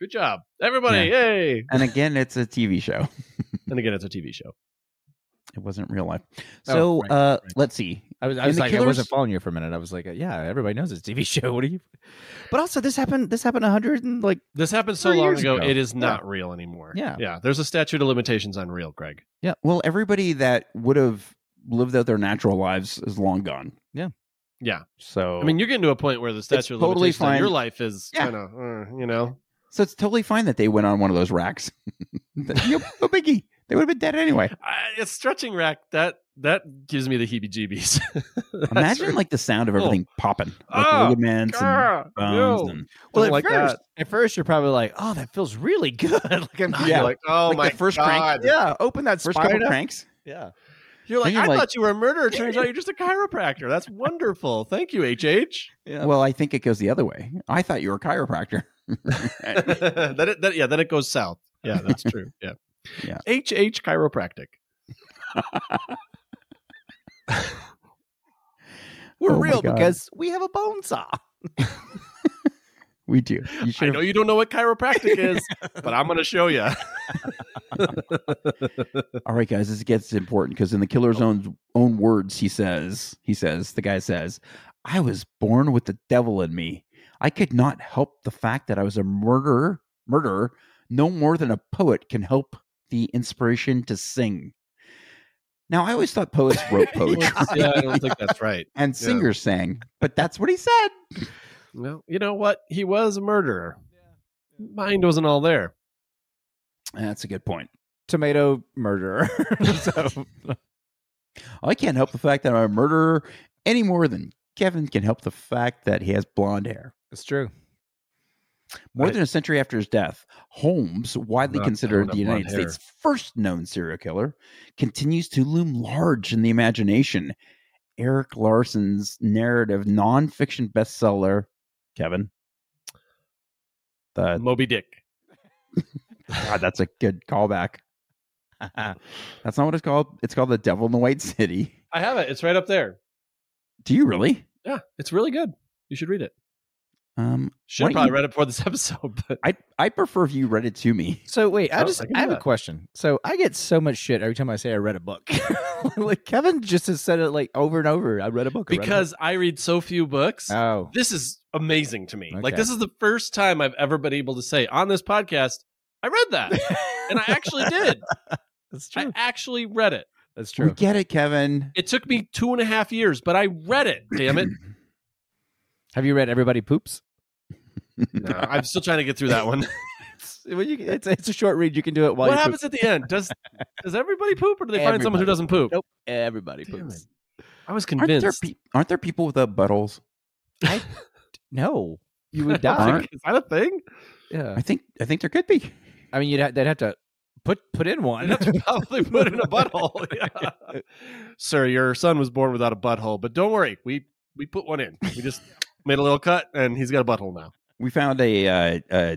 Speaker 3: Good job, everybody! Yay!"
Speaker 1: and again, it's a TV show.
Speaker 3: And again, it's a TV show.
Speaker 1: It wasn't real life.
Speaker 2: Oh,
Speaker 1: So
Speaker 2: right,
Speaker 1: uh,
Speaker 2: right.
Speaker 1: let's see.
Speaker 2: I was, I
Speaker 1: And
Speaker 2: was
Speaker 1: the
Speaker 2: like, I
Speaker 1: killers-
Speaker 2: wasn't following you for a minute. I was like, uh, yeah, everybody knows it's a TV show. What are you? But also, this happened. This happened a hundred and like,
Speaker 3: This happened so
Speaker 2: Three
Speaker 3: long
Speaker 2: years
Speaker 3: ago,
Speaker 2: ago.
Speaker 3: it is
Speaker 2: Yeah.
Speaker 3: not real anymore.
Speaker 2: Yeah.
Speaker 3: yeah. There's a statute of limitations on real, Greg.
Speaker 1: Yeah. Well, everybody that would have lived out their natural lives is long gone.
Speaker 2: Yeah.
Speaker 3: Yeah.
Speaker 1: So
Speaker 3: I mean, you're getting to a point where the statute of
Speaker 1: totally
Speaker 3: limitations on
Speaker 1: fine.
Speaker 3: your life is
Speaker 1: Yeah.
Speaker 3: kind of, uh, you know,
Speaker 1: so it's totally fine that they went on one of those racks. no, no biggie. They would have been dead anyway.
Speaker 3: I, it's stretching rack. That that gives me the heebie-jeebies. That's
Speaker 1: Imagine
Speaker 3: right.
Speaker 1: like the sound of
Speaker 3: Oh.
Speaker 1: everything popping, like
Speaker 3: Ah,
Speaker 1: ligaments and
Speaker 3: Ah,
Speaker 1: bones.
Speaker 3: no.
Speaker 1: And,
Speaker 2: well,
Speaker 3: Don't
Speaker 2: at
Speaker 3: like
Speaker 2: first,
Speaker 3: that.
Speaker 2: at first, you're probably like, oh, that feels really good. like, I'm
Speaker 1: Yeah.
Speaker 3: You're like, oh
Speaker 1: Like the
Speaker 3: my
Speaker 1: first
Speaker 3: god.
Speaker 1: crank.
Speaker 2: yeah. Open that
Speaker 1: first
Speaker 2: spine
Speaker 1: couple
Speaker 2: up.
Speaker 1: cranks.
Speaker 2: Yeah.
Speaker 3: You're like,
Speaker 1: Then you're
Speaker 3: I
Speaker 1: like-
Speaker 3: thought you were a murderer. Turns out you're just a chiropractor. That's wonderful. Thank you, HH.
Speaker 2: Yeah.
Speaker 1: Well, I think it goes the other way. I thought you were a chiropractor.
Speaker 3: that, it, that yeah, then it goes south. Yeah, that's true. Yeah.
Speaker 1: Yeah.
Speaker 3: HH chiropractic.
Speaker 2: We're
Speaker 1: Oh my
Speaker 2: real
Speaker 1: God.
Speaker 2: because we have a bone saw.
Speaker 1: we do. You
Speaker 3: I
Speaker 1: should
Speaker 3: know you don't know what chiropractic is, but I'm going to show you.
Speaker 1: All right, guys, this gets important because in the killer's own own words, he says, he says, the guy says, I was born with the devil in me. I could not help the fact that I was a murderer, murderer, no more than a poet can help the inspiration to sing. Now I always thought poets wrote poetry
Speaker 3: yeah, I don't think that's right.
Speaker 1: and singers sang, but that's what he said.
Speaker 3: Well, you know what? He was a murderer. Mind wasn't all there.
Speaker 1: That's a good point.
Speaker 2: Tomato murderer. so,
Speaker 1: I can't help the fact that I'm a murderer any more than Kevin can help the fact that he has blonde hair.
Speaker 2: it's true.
Speaker 1: More
Speaker 3: Right.
Speaker 1: than a century after his death, Holmes, widely
Speaker 3: Not
Speaker 1: considered
Speaker 3: blonde
Speaker 1: the
Speaker 3: on blonde
Speaker 1: United States' first known serial killer, continues to loom large in the imagination. Eric Larson's narrative nonfiction bestseller, Kevin, The
Speaker 3: Moby Dick.
Speaker 1: God, that's a good callback. that's not what it's called. It's called The Devil in the White City.
Speaker 3: I have it. It's right up there.
Speaker 1: Do you really?
Speaker 3: Yeah, it's really good. You should read it.
Speaker 1: Um,
Speaker 3: Should
Speaker 1: Why
Speaker 3: have
Speaker 1: don't
Speaker 3: probably
Speaker 1: you-
Speaker 3: read it before this episode, but
Speaker 1: I I prefer if you read it to me.
Speaker 2: So wait, I
Speaker 3: Oh,
Speaker 2: just
Speaker 3: I can
Speaker 2: I
Speaker 3: do
Speaker 2: have a
Speaker 3: that.
Speaker 2: question. So I get so much shit every time I say I read a book. like Kevin just has said it like over and over. I read a book I read a book."
Speaker 3: because I read so few books,
Speaker 2: oh
Speaker 3: this is amazing to me. Like
Speaker 2: Okay.
Speaker 3: this is the first time I've ever been able to say on this podcast, I read that. and I actually did.
Speaker 2: that's
Speaker 3: I actually read it.
Speaker 2: That's
Speaker 1: We get it, Kevin.
Speaker 3: It took me two and a half years, but I read it. Damn it.
Speaker 2: Have you read Everybody Poops?
Speaker 3: No, I'm still trying to get through that one.
Speaker 2: It's, well, you, it's, it's a short read. You can do it while
Speaker 3: what
Speaker 2: you
Speaker 3: happens at the end? Does does everybody poop or do they find someone who
Speaker 2: Everybody.
Speaker 3: doesn't poop?
Speaker 2: Nope. Everybody
Speaker 3: Damn
Speaker 2: poops.
Speaker 3: I was
Speaker 1: Aren't
Speaker 3: convinced.
Speaker 1: there, pe- aren't there people without buttholes?
Speaker 2: No, you would
Speaker 3: I
Speaker 2: die.
Speaker 3: was like, is that a thing?
Speaker 2: yeah,
Speaker 1: I think I think there could be.
Speaker 2: I mean, you'd ha- they'd have to put put in
Speaker 3: I'd
Speaker 2: one.
Speaker 3: have to probably put in a butthole. Yeah. Sir, your son was born without a butthole, but don't worry. We we put one in. We just made a little cut and he's got a butthole now.
Speaker 1: We found a uh, uh,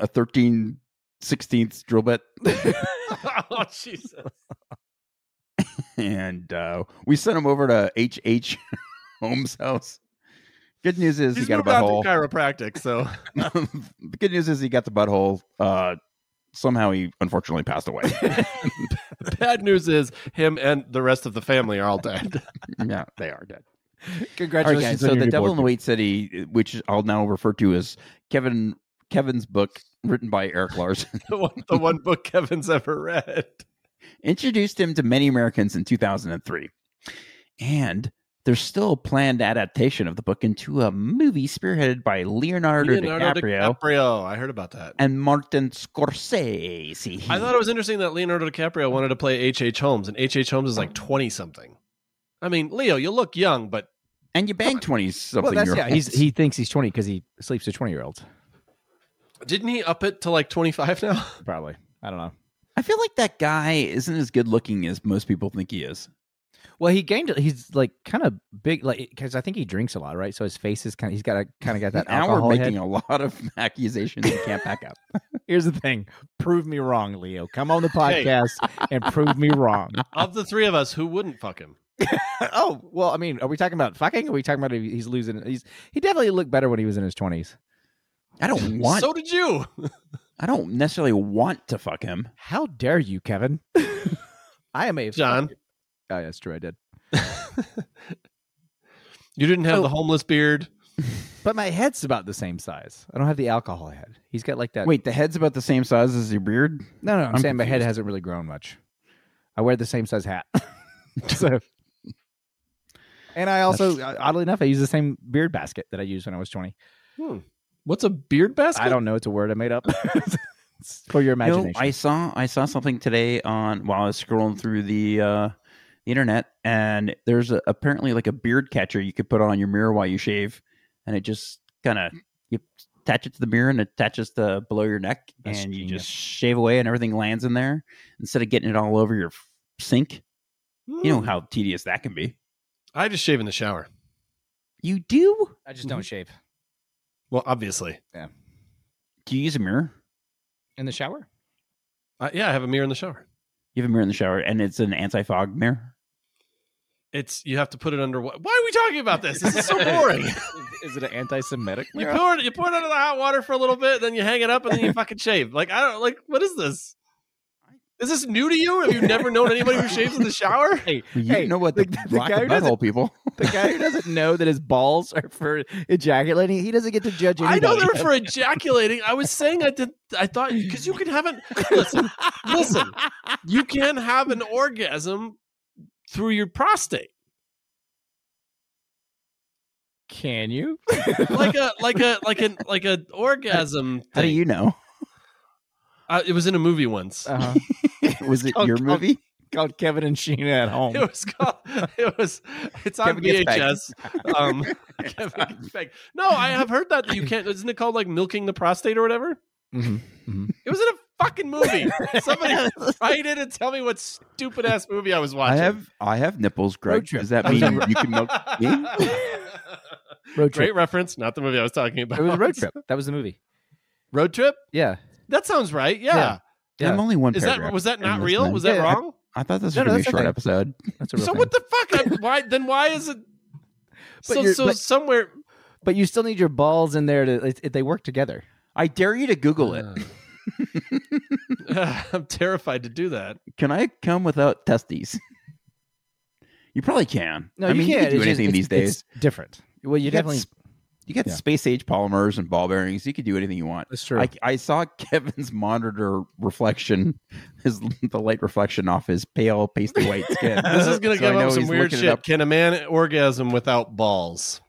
Speaker 1: a thirteen sixteenth drill bit,
Speaker 3: oh Jesus.
Speaker 1: and uh, we sent him over to H H Holmes' house. Good news is
Speaker 3: He's
Speaker 1: he got a
Speaker 3: moved on
Speaker 1: butthole.
Speaker 3: to chiropractic, so
Speaker 1: the good news is he got the butthole. Uh, somehow he unfortunately passed away.
Speaker 3: the bad news is him and the rest of the family are all dead.
Speaker 1: yeah, they are dead. All right,
Speaker 2: Congratulations.
Speaker 1: guys.
Speaker 2: on
Speaker 1: So
Speaker 2: your
Speaker 1: the
Speaker 2: new
Speaker 1: Devil in
Speaker 2: board
Speaker 1: the
Speaker 2: game.
Speaker 1: White City, which I'll now refer to as Kevin Kevin's book, written by Eric Larson,
Speaker 3: the, one, the one book Kevin's ever read.
Speaker 1: introduced him to many Americans in 2003, and there's still a planned adaptation of the book into a movie spearheaded by Leonardo, DiCaprio
Speaker 3: DiCaprio. I heard about that.
Speaker 1: and Martin Scorsese.
Speaker 3: I thought it was interesting that Leonardo DiCaprio wanted to play H.H. H. Holmes, and H.H. H. Holmes is like 20 something. I mean, Leo, you look young, but
Speaker 1: and you banged twenty something.
Speaker 2: Well, that's yeah. He's he thinks he's twenty because he sleeps with twenty year olds.
Speaker 3: didn't he up it to like 25 now?
Speaker 2: Probably. I don't know.
Speaker 1: I feel like that guy isn't as good looking as most people think he is.
Speaker 2: Well, he gained. He's like kind of big, like because I think he drinks a lot, right? So his face is kind. of He's got a kind of got that
Speaker 1: now we're
Speaker 2: alcohol
Speaker 1: making
Speaker 2: head.
Speaker 1: a lot of accusations we can't back up.
Speaker 2: Here's the thing: prove me wrong, Leo. Come on the
Speaker 3: Hey.
Speaker 2: podcast and prove me wrong.
Speaker 3: of the three of us, who wouldn't fuck him?
Speaker 2: oh well, I mean, are we talking about fucking? Are we talking about if he's losing? He's he definitely looked better when he was in his twenties.
Speaker 1: I don't want.
Speaker 3: So did you.
Speaker 1: I don't necessarily want to fuck him.
Speaker 2: How dare you, Kevin? I am a
Speaker 3: John.
Speaker 2: Oh, yeah, that's true. I did,
Speaker 3: You didn't have
Speaker 2: Oh.
Speaker 3: the homeless beard.
Speaker 2: but my head's about the same size. I don't have the alcohol head. He's got like that.
Speaker 1: Wait, the head's about the same size as your beard.
Speaker 2: No, no, I'm,
Speaker 1: I'm
Speaker 2: saying my head
Speaker 1: confused.
Speaker 2: hasn't really grown much. I wear the same size hat. so, and I also, uh, oddly enough, I use the same beard basket that I used when I was 20.
Speaker 3: Hmm. What's a beard basket?
Speaker 2: I don't know. It's a word I made up. It's for your
Speaker 1: You know,
Speaker 2: imagination.
Speaker 1: I saw I saw something today on while I was scrolling through the uh, internet, and there's a, apparently like a beard catcher you could put on your mirror while you shave, and it just kind of you attach it to the mirror and attaches to below your neck,
Speaker 2: That's
Speaker 1: and you
Speaker 2: genius.
Speaker 1: just shave away, and everything lands in there instead of getting it all over your f- sink. You know
Speaker 3: Hmm.
Speaker 1: how tedious that can be.
Speaker 3: I just shave in the shower.
Speaker 1: You do?
Speaker 2: I just don't shave.
Speaker 3: Well, obviously.
Speaker 1: Do you use a mirror?
Speaker 2: In the shower?
Speaker 3: Uh, yeah, I have a mirror in the shower.
Speaker 1: You have a mirror in the shower, and it's an anti-fog mirror.
Speaker 3: It's you have to put it under. wa- Why are we talking about this? This is so boring.
Speaker 2: Is it an anti Semitic?
Speaker 3: You pour it, you pour it under the hot water for a little bit, then you hang it up, and then you fucking shave. Like I don't like. What is this? Is this new to you? Have you never known anybody who shaves in the shower?
Speaker 2: Hey,
Speaker 1: You
Speaker 2: Hey,
Speaker 1: know what
Speaker 2: the-
Speaker 1: the,
Speaker 2: the
Speaker 1: black
Speaker 2: guy who doesn't-
Speaker 1: butthole people.
Speaker 2: the guy who doesn't know that his balls are for ejaculating, he doesn't get to judge
Speaker 3: I
Speaker 2: anybody.
Speaker 3: know they're for ejaculating. I was saying I did. I thought because you can have an listen, listen. You can have an orgasm through your prostate,
Speaker 2: Can you?
Speaker 3: like a like a like an like an orgasm.
Speaker 1: How do
Speaker 3: thing.
Speaker 1: you know?
Speaker 3: Uh, it was in a movie once.
Speaker 2: Uh-huh.
Speaker 1: Was it
Speaker 2: called-
Speaker 1: your
Speaker 2: called-
Speaker 1: movie?
Speaker 2: Called Kevin and Sheena at home.
Speaker 3: It was called. It was. It's on
Speaker 2: Kevin gets
Speaker 3: VHS. Um, Kevin gets back. No, I have heard that that you can't. Isn't it called like milking the prostate or whatever?
Speaker 2: Mhm, mhm.
Speaker 3: It was in a fucking movie. Somebody write in and tell me what stupid ass movie I was
Speaker 1: I
Speaker 3: watching.
Speaker 1: have I have nipples,
Speaker 2: Road
Speaker 1: Greg.
Speaker 2: trip.
Speaker 1: Does that mean
Speaker 2: Road
Speaker 1: you can milk? me?
Speaker 2: Road trip.
Speaker 3: Great reference. Not the movie I was talking about.
Speaker 2: It was a road trip. That was the movie.
Speaker 3: Road trip?
Speaker 2: Yeah.
Speaker 3: That sounds right. Yeah.
Speaker 2: Yeah.
Speaker 1: I'm only one
Speaker 3: Is that
Speaker 1: paragraph.
Speaker 3: was that
Speaker 1: in
Speaker 3: not
Speaker 1: this
Speaker 3: real?
Speaker 1: man.
Speaker 3: Was that
Speaker 2: Yeah, yeah.
Speaker 3: wrong?
Speaker 1: I thought this was
Speaker 2: No, no,
Speaker 1: gonna be a
Speaker 2: that's
Speaker 1: short
Speaker 2: okay.
Speaker 1: episode.
Speaker 2: That's a real
Speaker 3: So
Speaker 2: thing.
Speaker 3: what the fuck? I'm, why then? Why is it?
Speaker 2: But
Speaker 3: so
Speaker 2: you're-
Speaker 3: so
Speaker 2: but-
Speaker 3: somewhere.
Speaker 2: but you still need your balls in there to it, it, they work together.
Speaker 1: I dare you to Google it.
Speaker 3: Uh, I'm terrified to do that.
Speaker 1: Can I come without testes? you probably can.
Speaker 2: No,
Speaker 1: I
Speaker 2: you
Speaker 1: mean,
Speaker 2: can't
Speaker 1: you can do
Speaker 2: It's just-
Speaker 1: anything
Speaker 2: it's-
Speaker 1: these days.
Speaker 2: It's different. Well, you,
Speaker 1: You got
Speaker 2: definitely.
Speaker 1: sp- You got
Speaker 2: Yeah.
Speaker 1: space age polymers and ball bearings. You could do anything you want.
Speaker 2: That's true.
Speaker 1: I, I saw Kevin's monitor reflection, his the light reflection off his pale, pasty white skin.
Speaker 3: This is gonna
Speaker 1: Uh, So I
Speaker 3: give
Speaker 1: know
Speaker 3: up some
Speaker 1: he's
Speaker 3: weird
Speaker 1: looking it
Speaker 3: shit.
Speaker 1: up.
Speaker 3: Can a man orgasm without balls?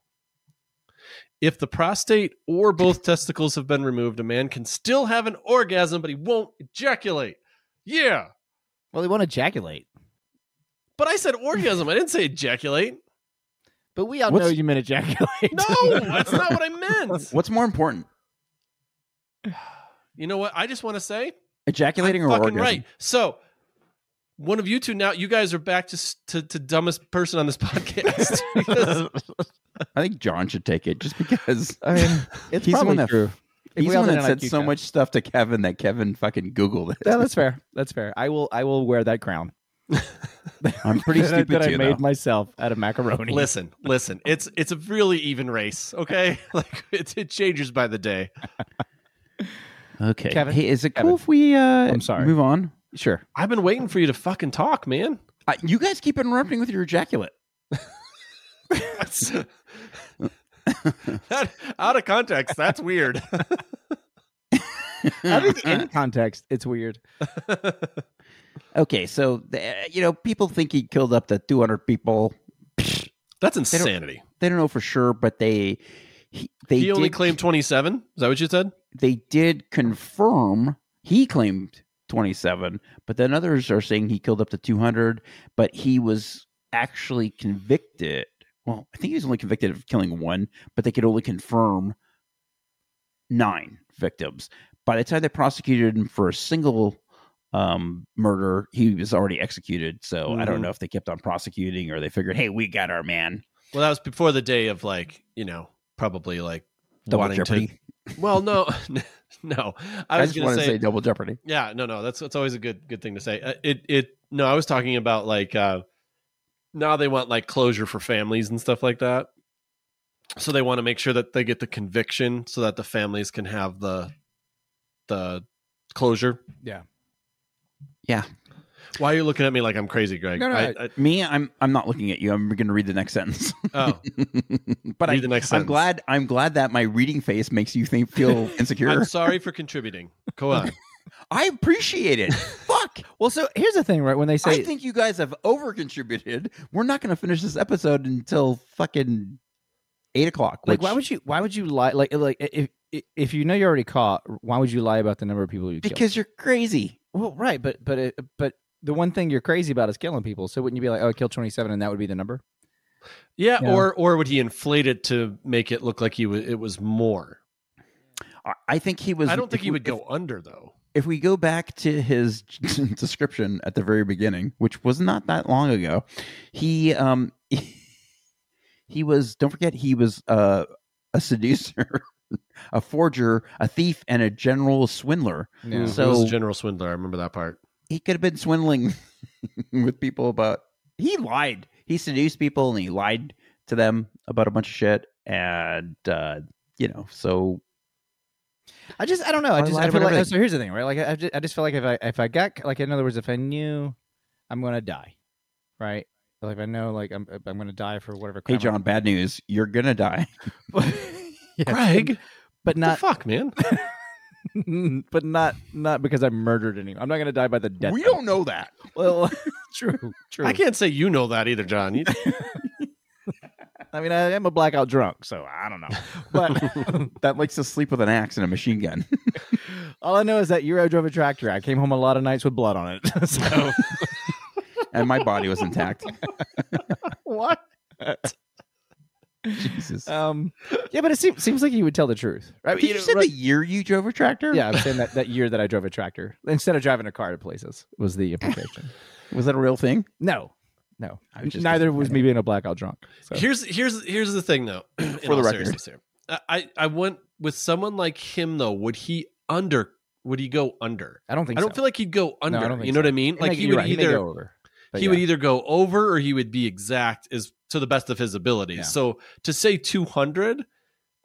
Speaker 3: If the prostate or both testicles have been removed, a man can still have an orgasm, but he won't ejaculate. Yeah,
Speaker 2: well, they won't ejaculate,
Speaker 3: but I said orgasm. I didn't say ejaculate.
Speaker 2: but we all
Speaker 1: What's-
Speaker 2: know you meant ejaculate.
Speaker 3: No, that's not what I meant.
Speaker 1: What's more important,
Speaker 3: You know what? I just want to say
Speaker 1: ejaculating
Speaker 3: I'm
Speaker 1: or
Speaker 3: fucking
Speaker 1: orgasm?
Speaker 3: right. So one of you two now, you guys are back to s- to, to dumbest person on this podcast. Because
Speaker 1: I think John should take it just because
Speaker 2: I mean, it's
Speaker 1: He's the
Speaker 2: probably
Speaker 1: one that-
Speaker 2: true. If
Speaker 1: he's
Speaker 2: we
Speaker 1: the
Speaker 2: all
Speaker 1: one
Speaker 2: did
Speaker 1: that
Speaker 2: an
Speaker 1: said
Speaker 2: IQ
Speaker 1: so
Speaker 2: test.
Speaker 1: much stuff to Kevin that Kevin fucking Googled it.
Speaker 2: Yeah, that's fair. That's fair. I will. I will wear that crown.
Speaker 1: I'm pretty
Speaker 2: that, I-
Speaker 1: stupid
Speaker 2: that
Speaker 1: too.
Speaker 2: I made
Speaker 1: though.
Speaker 2: myself out of macaroni.
Speaker 3: listen, listen, it's it's a really even race. Okay, like it, it changes by the day.
Speaker 1: okay,
Speaker 2: Kevin.
Speaker 1: Hey, is it
Speaker 2: Kevin.
Speaker 1: cool if we? Uh, I'm
Speaker 2: sorry.
Speaker 1: Move on.
Speaker 2: Sure.
Speaker 3: I've been waiting for you to fucking talk, man.
Speaker 1: Uh, you guys keep interrupting with your ejaculate.
Speaker 3: That- out of context, that's weird.
Speaker 2: I think
Speaker 1: uh,
Speaker 2: in context, it's weird.
Speaker 1: Okay, so the, you know, people think he killed up to 200 people.
Speaker 3: that's insanity.
Speaker 1: They don't know for sure, but they he, they
Speaker 3: He only
Speaker 1: did,
Speaker 3: claimed twenty seven. Is that what you said?
Speaker 1: they did confirm he claimed 27, but then others are saying he killed up to 200, but he was actually convicted. Well, I think he was only convicted of killing one, but they could only confirm nine victims. By the time they prosecuted him for a single um, murder, he was already executed. So I
Speaker 3: Mhm.
Speaker 1: don't know if they kept on prosecuting or they figured, hey, we got our man.
Speaker 3: Well, that was before the day of like you know probably like
Speaker 1: Double
Speaker 3: wanting
Speaker 1: jeopardy.
Speaker 3: to. Well, no, no. I,
Speaker 1: I,
Speaker 3: was
Speaker 1: just
Speaker 3: gonna
Speaker 1: want to
Speaker 3: say
Speaker 1: say double jeopardy.
Speaker 3: Yeah, no, no, that's that's always a good good thing to say. Uh, It it no, I was talking about like uh now they want like closure for families and stuff like that. So they want to make sure that they get the conviction so that the families can have the the closure.
Speaker 2: Yeah.
Speaker 1: Yeah.
Speaker 3: Why are you looking at me like I'm crazy, Greg?
Speaker 2: No, no,
Speaker 3: I, I,
Speaker 1: Me, I'm I'm not looking at you. I'm going to read the next sentence.
Speaker 3: oh,
Speaker 1: but
Speaker 3: read
Speaker 1: I,
Speaker 3: the next
Speaker 1: I'm
Speaker 3: sentence.
Speaker 1: glad I'm glad that my reading face makes you think feel insecure.
Speaker 3: I'm sorry for contributing. Go on.
Speaker 1: I appreciate it. Fuck.
Speaker 2: Well, so here's the thing, right? When they say
Speaker 1: I think you guys have over contributed. We're not going to finish this episode until fucking eight o'clock.
Speaker 2: like
Speaker 1: which-
Speaker 2: why would you why would you lie like like if if- if you know you're already caught why would you lie about the number of people you killed?
Speaker 1: because you're crazy.
Speaker 2: well right but but it, but the one thing you're crazy about is killing people so wouldn't you be like oh I killed 27 and that would be the number
Speaker 3: Yeah,
Speaker 2: Yeah.
Speaker 3: or or would he inflate it to make it look like he was it was more?
Speaker 1: I- I think he was.
Speaker 3: I don't think
Speaker 1: if
Speaker 3: he
Speaker 1: we-
Speaker 3: would
Speaker 1: if-
Speaker 3: go under though.
Speaker 1: If we go back to his description at the very beginning, which was not that long ago, he um he was don't forget he was uh, a seducer, a forger, a thief, and a general swindler.
Speaker 2: yeah.
Speaker 3: Mm,
Speaker 1: So-
Speaker 3: he was a general swindler. I remember that part.
Speaker 1: he could have been swindling with people about he lied he seduced people and he lied to them about a bunch of shit and uh you know so
Speaker 2: I just I don't know I
Speaker 1: I
Speaker 2: just
Speaker 1: lied
Speaker 2: I feel
Speaker 1: about
Speaker 2: like,
Speaker 1: everything.
Speaker 2: so here's the thing right like I, I just I just feel like if I if I got like in other words if I knew I'm gonna die right like if I know like I'm I'm gonna die for whatever
Speaker 1: hey
Speaker 2: crime I-
Speaker 1: john bad news you're gonna die
Speaker 2: Yeah.
Speaker 3: Greg,
Speaker 2: but not
Speaker 3: the fuck, man.
Speaker 2: but not not because I murdered anyone I'm not gonna die by the death penalty.
Speaker 1: know that
Speaker 2: well true true
Speaker 3: I can't say you know that either, John. You-
Speaker 2: I mean, I am a blackout drunk, so I don't know. But
Speaker 1: that likes to sleep with an axe and a machine gun
Speaker 2: all I know is that Euro drove a tractor. I came home a lot of nights with blood on it. So
Speaker 1: and my body was intact
Speaker 2: what?
Speaker 1: jesus
Speaker 2: Um, yeah, but it seems seems like you would tell the truth, right?
Speaker 1: did you
Speaker 2: know,
Speaker 1: say
Speaker 2: right-
Speaker 1: the year you drove a tractor
Speaker 2: yeah, I'm saying that that year that I drove a tractor instead of driving a car to places was the implication.
Speaker 1: was that a real thing
Speaker 2: No, no,
Speaker 1: I was just
Speaker 2: neither
Speaker 1: thinking
Speaker 2: was
Speaker 1: about
Speaker 2: me
Speaker 1: it.
Speaker 2: being a blackout drunk. So.
Speaker 3: here's here's here's the thing though. For
Speaker 1: the record.
Speaker 3: I I went with someone like him though. Would he under. Would he go under?
Speaker 2: I don't think
Speaker 3: I don't
Speaker 2: so.
Speaker 3: feel like he'd go under.
Speaker 2: I don't think
Speaker 3: you know
Speaker 2: so.
Speaker 3: what I mean? Like
Speaker 2: may-
Speaker 3: he
Speaker 2: you're
Speaker 3: would
Speaker 2: right, may
Speaker 3: either
Speaker 2: go over. but
Speaker 3: he
Speaker 2: yeah.
Speaker 3: would either go over or he would be exact is to the best of his ability.
Speaker 2: Yeah.
Speaker 3: So to say 200,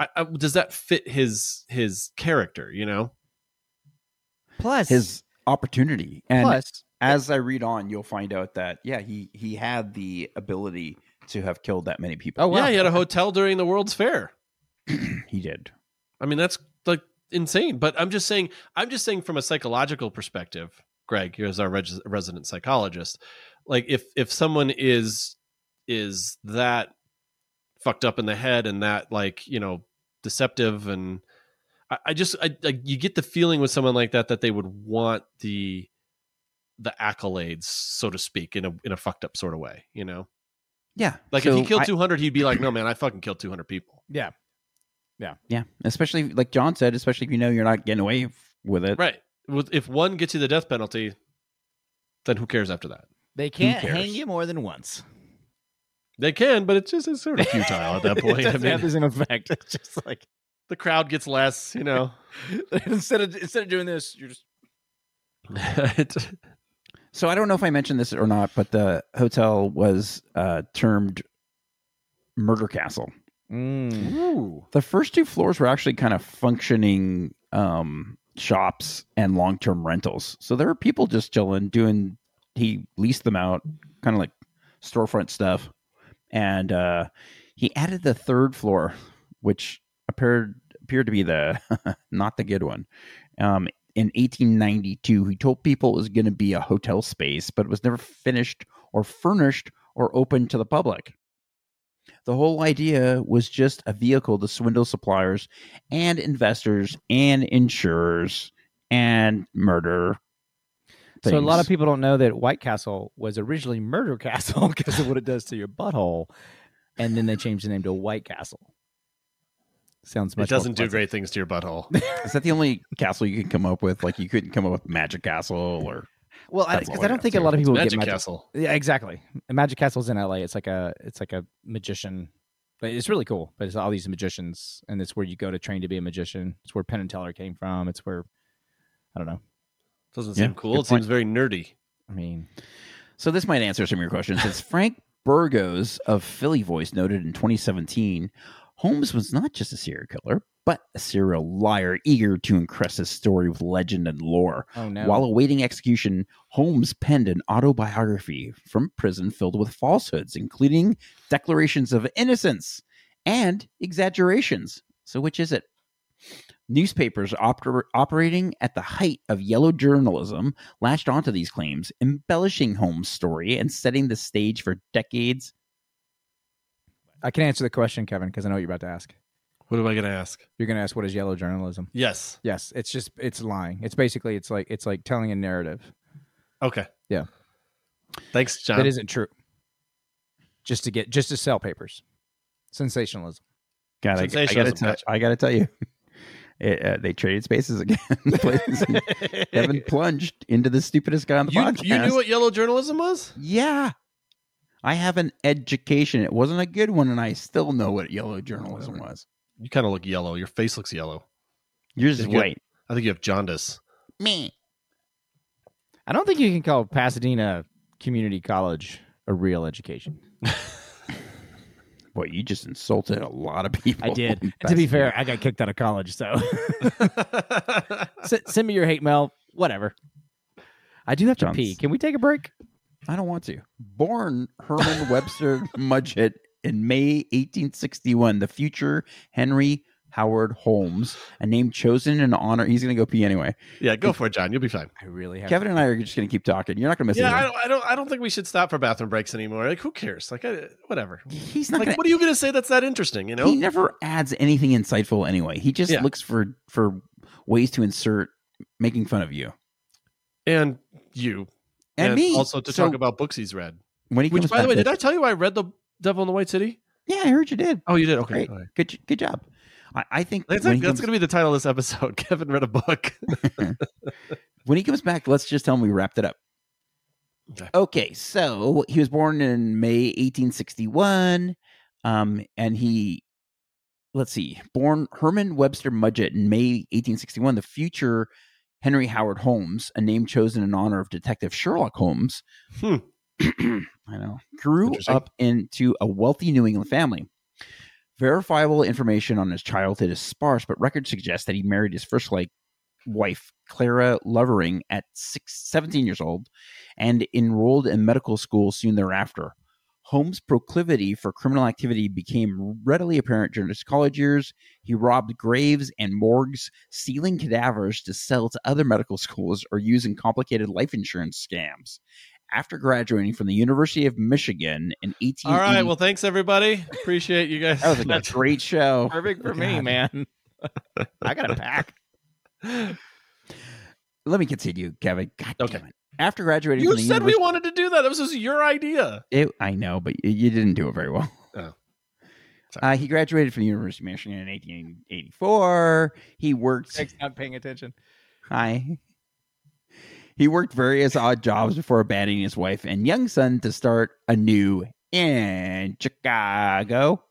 Speaker 3: I, I, does that fit his his character? You know,
Speaker 2: plus
Speaker 1: his opportunity. And
Speaker 2: plus
Speaker 1: as I read on, you'll find out that yeah, he he had the ability to have killed that many people.
Speaker 2: Oh, wow.
Speaker 3: yeah, he had a hotel during the World's Fair.
Speaker 1: he did.
Speaker 3: I mean, that's like insane. But I'm just saying, I'm just saying from a psychological perspective, Greg, here is our res- resident psychologist. Like, if if someone is is that fucked up in the head and that like you know deceptive and I, I just I, I you get the feeling with someone like that that they would want the the accolades, so to speak, in a in a fucked up sort of way, you know.
Speaker 1: Yeah,
Speaker 3: Like if he
Speaker 1: So
Speaker 3: killed
Speaker 1: I-
Speaker 3: 200, he'd be like, "No, man, I fucking killed 200 people."
Speaker 1: yeah, especially like John said, especially if you know you're not getting away f- with it.
Speaker 3: Right. With- If one gets you the death penalty, then who cares after that?
Speaker 2: they can't hang
Speaker 3: cares?
Speaker 2: you more than once.
Speaker 3: They can, but it's just it's sort of futile at that point. I mean,
Speaker 2: an effect. It's just like
Speaker 3: the crowd gets less, you know.
Speaker 2: instead of instead of doing this, you're just
Speaker 3: It-
Speaker 1: So I don't know if I mentioned this or not, but the hotel was uh, termed Murder Castle.
Speaker 2: Mm.
Speaker 3: Ooh.
Speaker 1: The first two floors were actually kind of functioning um, shops and long term rentals. So there were people just chilling, doing, he leased them out, kind of like storefront stuff. And uh, he added the third floor, which appeared appeared to be the not the good one. Um, in 1892, he told people it was going to be a hotel space, but it was never finished or furnished or open to the public. The whole idea was just a vehicle to swindle suppliers and investors and insurers and murder.
Speaker 2: So a lot of
Speaker 1: things.
Speaker 2: people don't know that White Castle was originally Murder Castle because of what it does to your butthole, and then they changed the name to White Castle. Sounds much.
Speaker 3: It doesn't
Speaker 2: more
Speaker 3: do great things to your butthole.
Speaker 1: is that the only castle you could come up with? Like you couldn't come up with Magic Castle or
Speaker 2: pleasant. Well,
Speaker 1: That's
Speaker 2: because I,
Speaker 1: all I
Speaker 2: don't
Speaker 1: got
Speaker 2: think
Speaker 1: to
Speaker 2: a lot of people
Speaker 3: Magic,
Speaker 2: get magic.
Speaker 3: Castle.
Speaker 2: Yeah, exactly. And Magic Castle's in L.A. It's like a it's like a magician. But it's really cool. But it's all these magicians, and it's where you go to train to be a magician. It's where Penn and Teller came from. It's where I don't know.
Speaker 3: Doesn't
Speaker 1: Yeah,
Speaker 3: seem cool.
Speaker 1: good
Speaker 3: It seems very nerdy.
Speaker 2: I mean,
Speaker 1: So this might answer some of your questions. Since Frank Burgos of Philly Voice noted in 2017, Holmes was not just a serial killer, but a serial liar eager to encrust his story with legend and lore.
Speaker 2: oh no.
Speaker 1: While awaiting execution, Holmes penned an autobiography from prison filled with falsehoods, including declarations of innocence and exaggerations. So, which is it? Newspapers oper- operating at the height of yellow journalism latched onto these claims, embellishing Holmes' story and setting the stage for decades.
Speaker 2: I can answer the question, Kevin, because I know what you're about to ask.
Speaker 3: What am I going to ask?
Speaker 2: You're going to ask what is yellow journalism?
Speaker 3: Yes.
Speaker 2: Yes, it's just it's lying. It's basically it's like it's like telling a narrative
Speaker 3: Okay.
Speaker 2: Yeah.
Speaker 3: Thanks, John.
Speaker 2: that isn't true. Just to get just to sell papers. Sensationalism.
Speaker 1: God, I, I gotta,
Speaker 3: Sensationalism,
Speaker 1: tell-
Speaker 3: gotcha.
Speaker 1: I gotta tell you, it, uh, they traded spaces again. Places. Kevin plunged into the stupidest guy on the
Speaker 3: you,
Speaker 1: podcast.
Speaker 3: you knew what yellow journalism was?
Speaker 1: Yeah. I have an education. It wasn't a good one, and I still know what yellow journalism was.
Speaker 3: You kind of look yellow. Your face looks yellow.
Speaker 1: Yours is
Speaker 3: Did you-
Speaker 1: white.
Speaker 3: I think you have jaundice.
Speaker 1: Me.
Speaker 2: I don't think you can call Pasadena Community College a real education.
Speaker 1: Boy, you just insulted a lot of people.
Speaker 2: And to be fair, I got kicked out of college, so S- send me your hate mail, whatever. I do have to
Speaker 1: John's-
Speaker 2: pee. Can we take a break?
Speaker 1: I don't want to. Born Herman Webster Mudgett in May 1861, the future Henry Howard Holmes, a name chosen in honor. He's going to go pee anyway.
Speaker 3: yeah, go for it, John. You'll be fine.
Speaker 2: I really have
Speaker 1: Kevin and I are just going to keep talking. You're not going to miss
Speaker 3: Yeah, I
Speaker 1: anything.
Speaker 3: don't, I don't. I don't think we should stop for bathroom breaks anymore. Like, who cares? Like, I, whatever.
Speaker 1: He's not
Speaker 3: Like,
Speaker 1: going to
Speaker 3: what are you gonna say that's that interesting? You know,
Speaker 1: he never adds anything insightful anyway. He just
Speaker 3: Yeah.
Speaker 1: looks for for ways to insert making fun of you
Speaker 3: and you,
Speaker 1: and, me.
Speaker 3: Also, to
Speaker 1: So
Speaker 3: talk about books he's read.
Speaker 1: when he comes
Speaker 3: Which, by the
Speaker 1: back
Speaker 3: way,
Speaker 1: to-
Speaker 3: did I tell you I read the Devil in the White City?
Speaker 1: Yeah, I heard you did.
Speaker 3: Oh, you did. Okay,
Speaker 1: Great.
Speaker 3: all right.
Speaker 1: Good, good job. I, I think
Speaker 3: that's,
Speaker 1: when,
Speaker 3: like,
Speaker 1: he
Speaker 3: that's
Speaker 1: comes,
Speaker 3: gonna be the title of this episode. Kevin read a book.
Speaker 1: when he comes back, let's just tell him we wrapped it up.
Speaker 3: Okay.
Speaker 1: Okay, so he was born in May 1861, um, and he let's see, born Herman Webster Mudgett in May 1861, the future Henry Howard Holmes, a name chosen in honor of Detective Sherlock Holmes.
Speaker 3: Hmm.
Speaker 1: I know. Grew
Speaker 3: Interesting.
Speaker 1: up into a wealthy New England family. Verifiable information on his childhood is sparse, but records suggest that he married his first like wife, Clara Lovering, at six, 17 years old and enrolled in medical school soon thereafter. Holmes' proclivity for criminal activity became readily apparent during his college years. He robbed graves and morgues, stealing cadavers to sell to other medical schools or using complicated life insurance scams. After graduating from the University of Michigan in 18
Speaker 3: All right. Well, thanks everybody. Appreciate you guys.
Speaker 1: that was a great show.
Speaker 2: Perfect for me,
Speaker 1: God.
Speaker 2: man. I got a pack.
Speaker 1: Let me continue, Kevin. God
Speaker 3: Okay.
Speaker 1: damn it. After graduating
Speaker 3: you
Speaker 1: from the
Speaker 3: said we
Speaker 1: University-
Speaker 3: wanted to do that. This was your idea.
Speaker 1: It, I know, but y- you didn't do it very well.
Speaker 3: Oh.
Speaker 1: Uh, he graduated from the University of Michigan in 1884. He worked.
Speaker 2: Nick's not paying attention.
Speaker 1: Hi. He worked various odd jobs before abandoning his wife and young son to start anew in Chicago.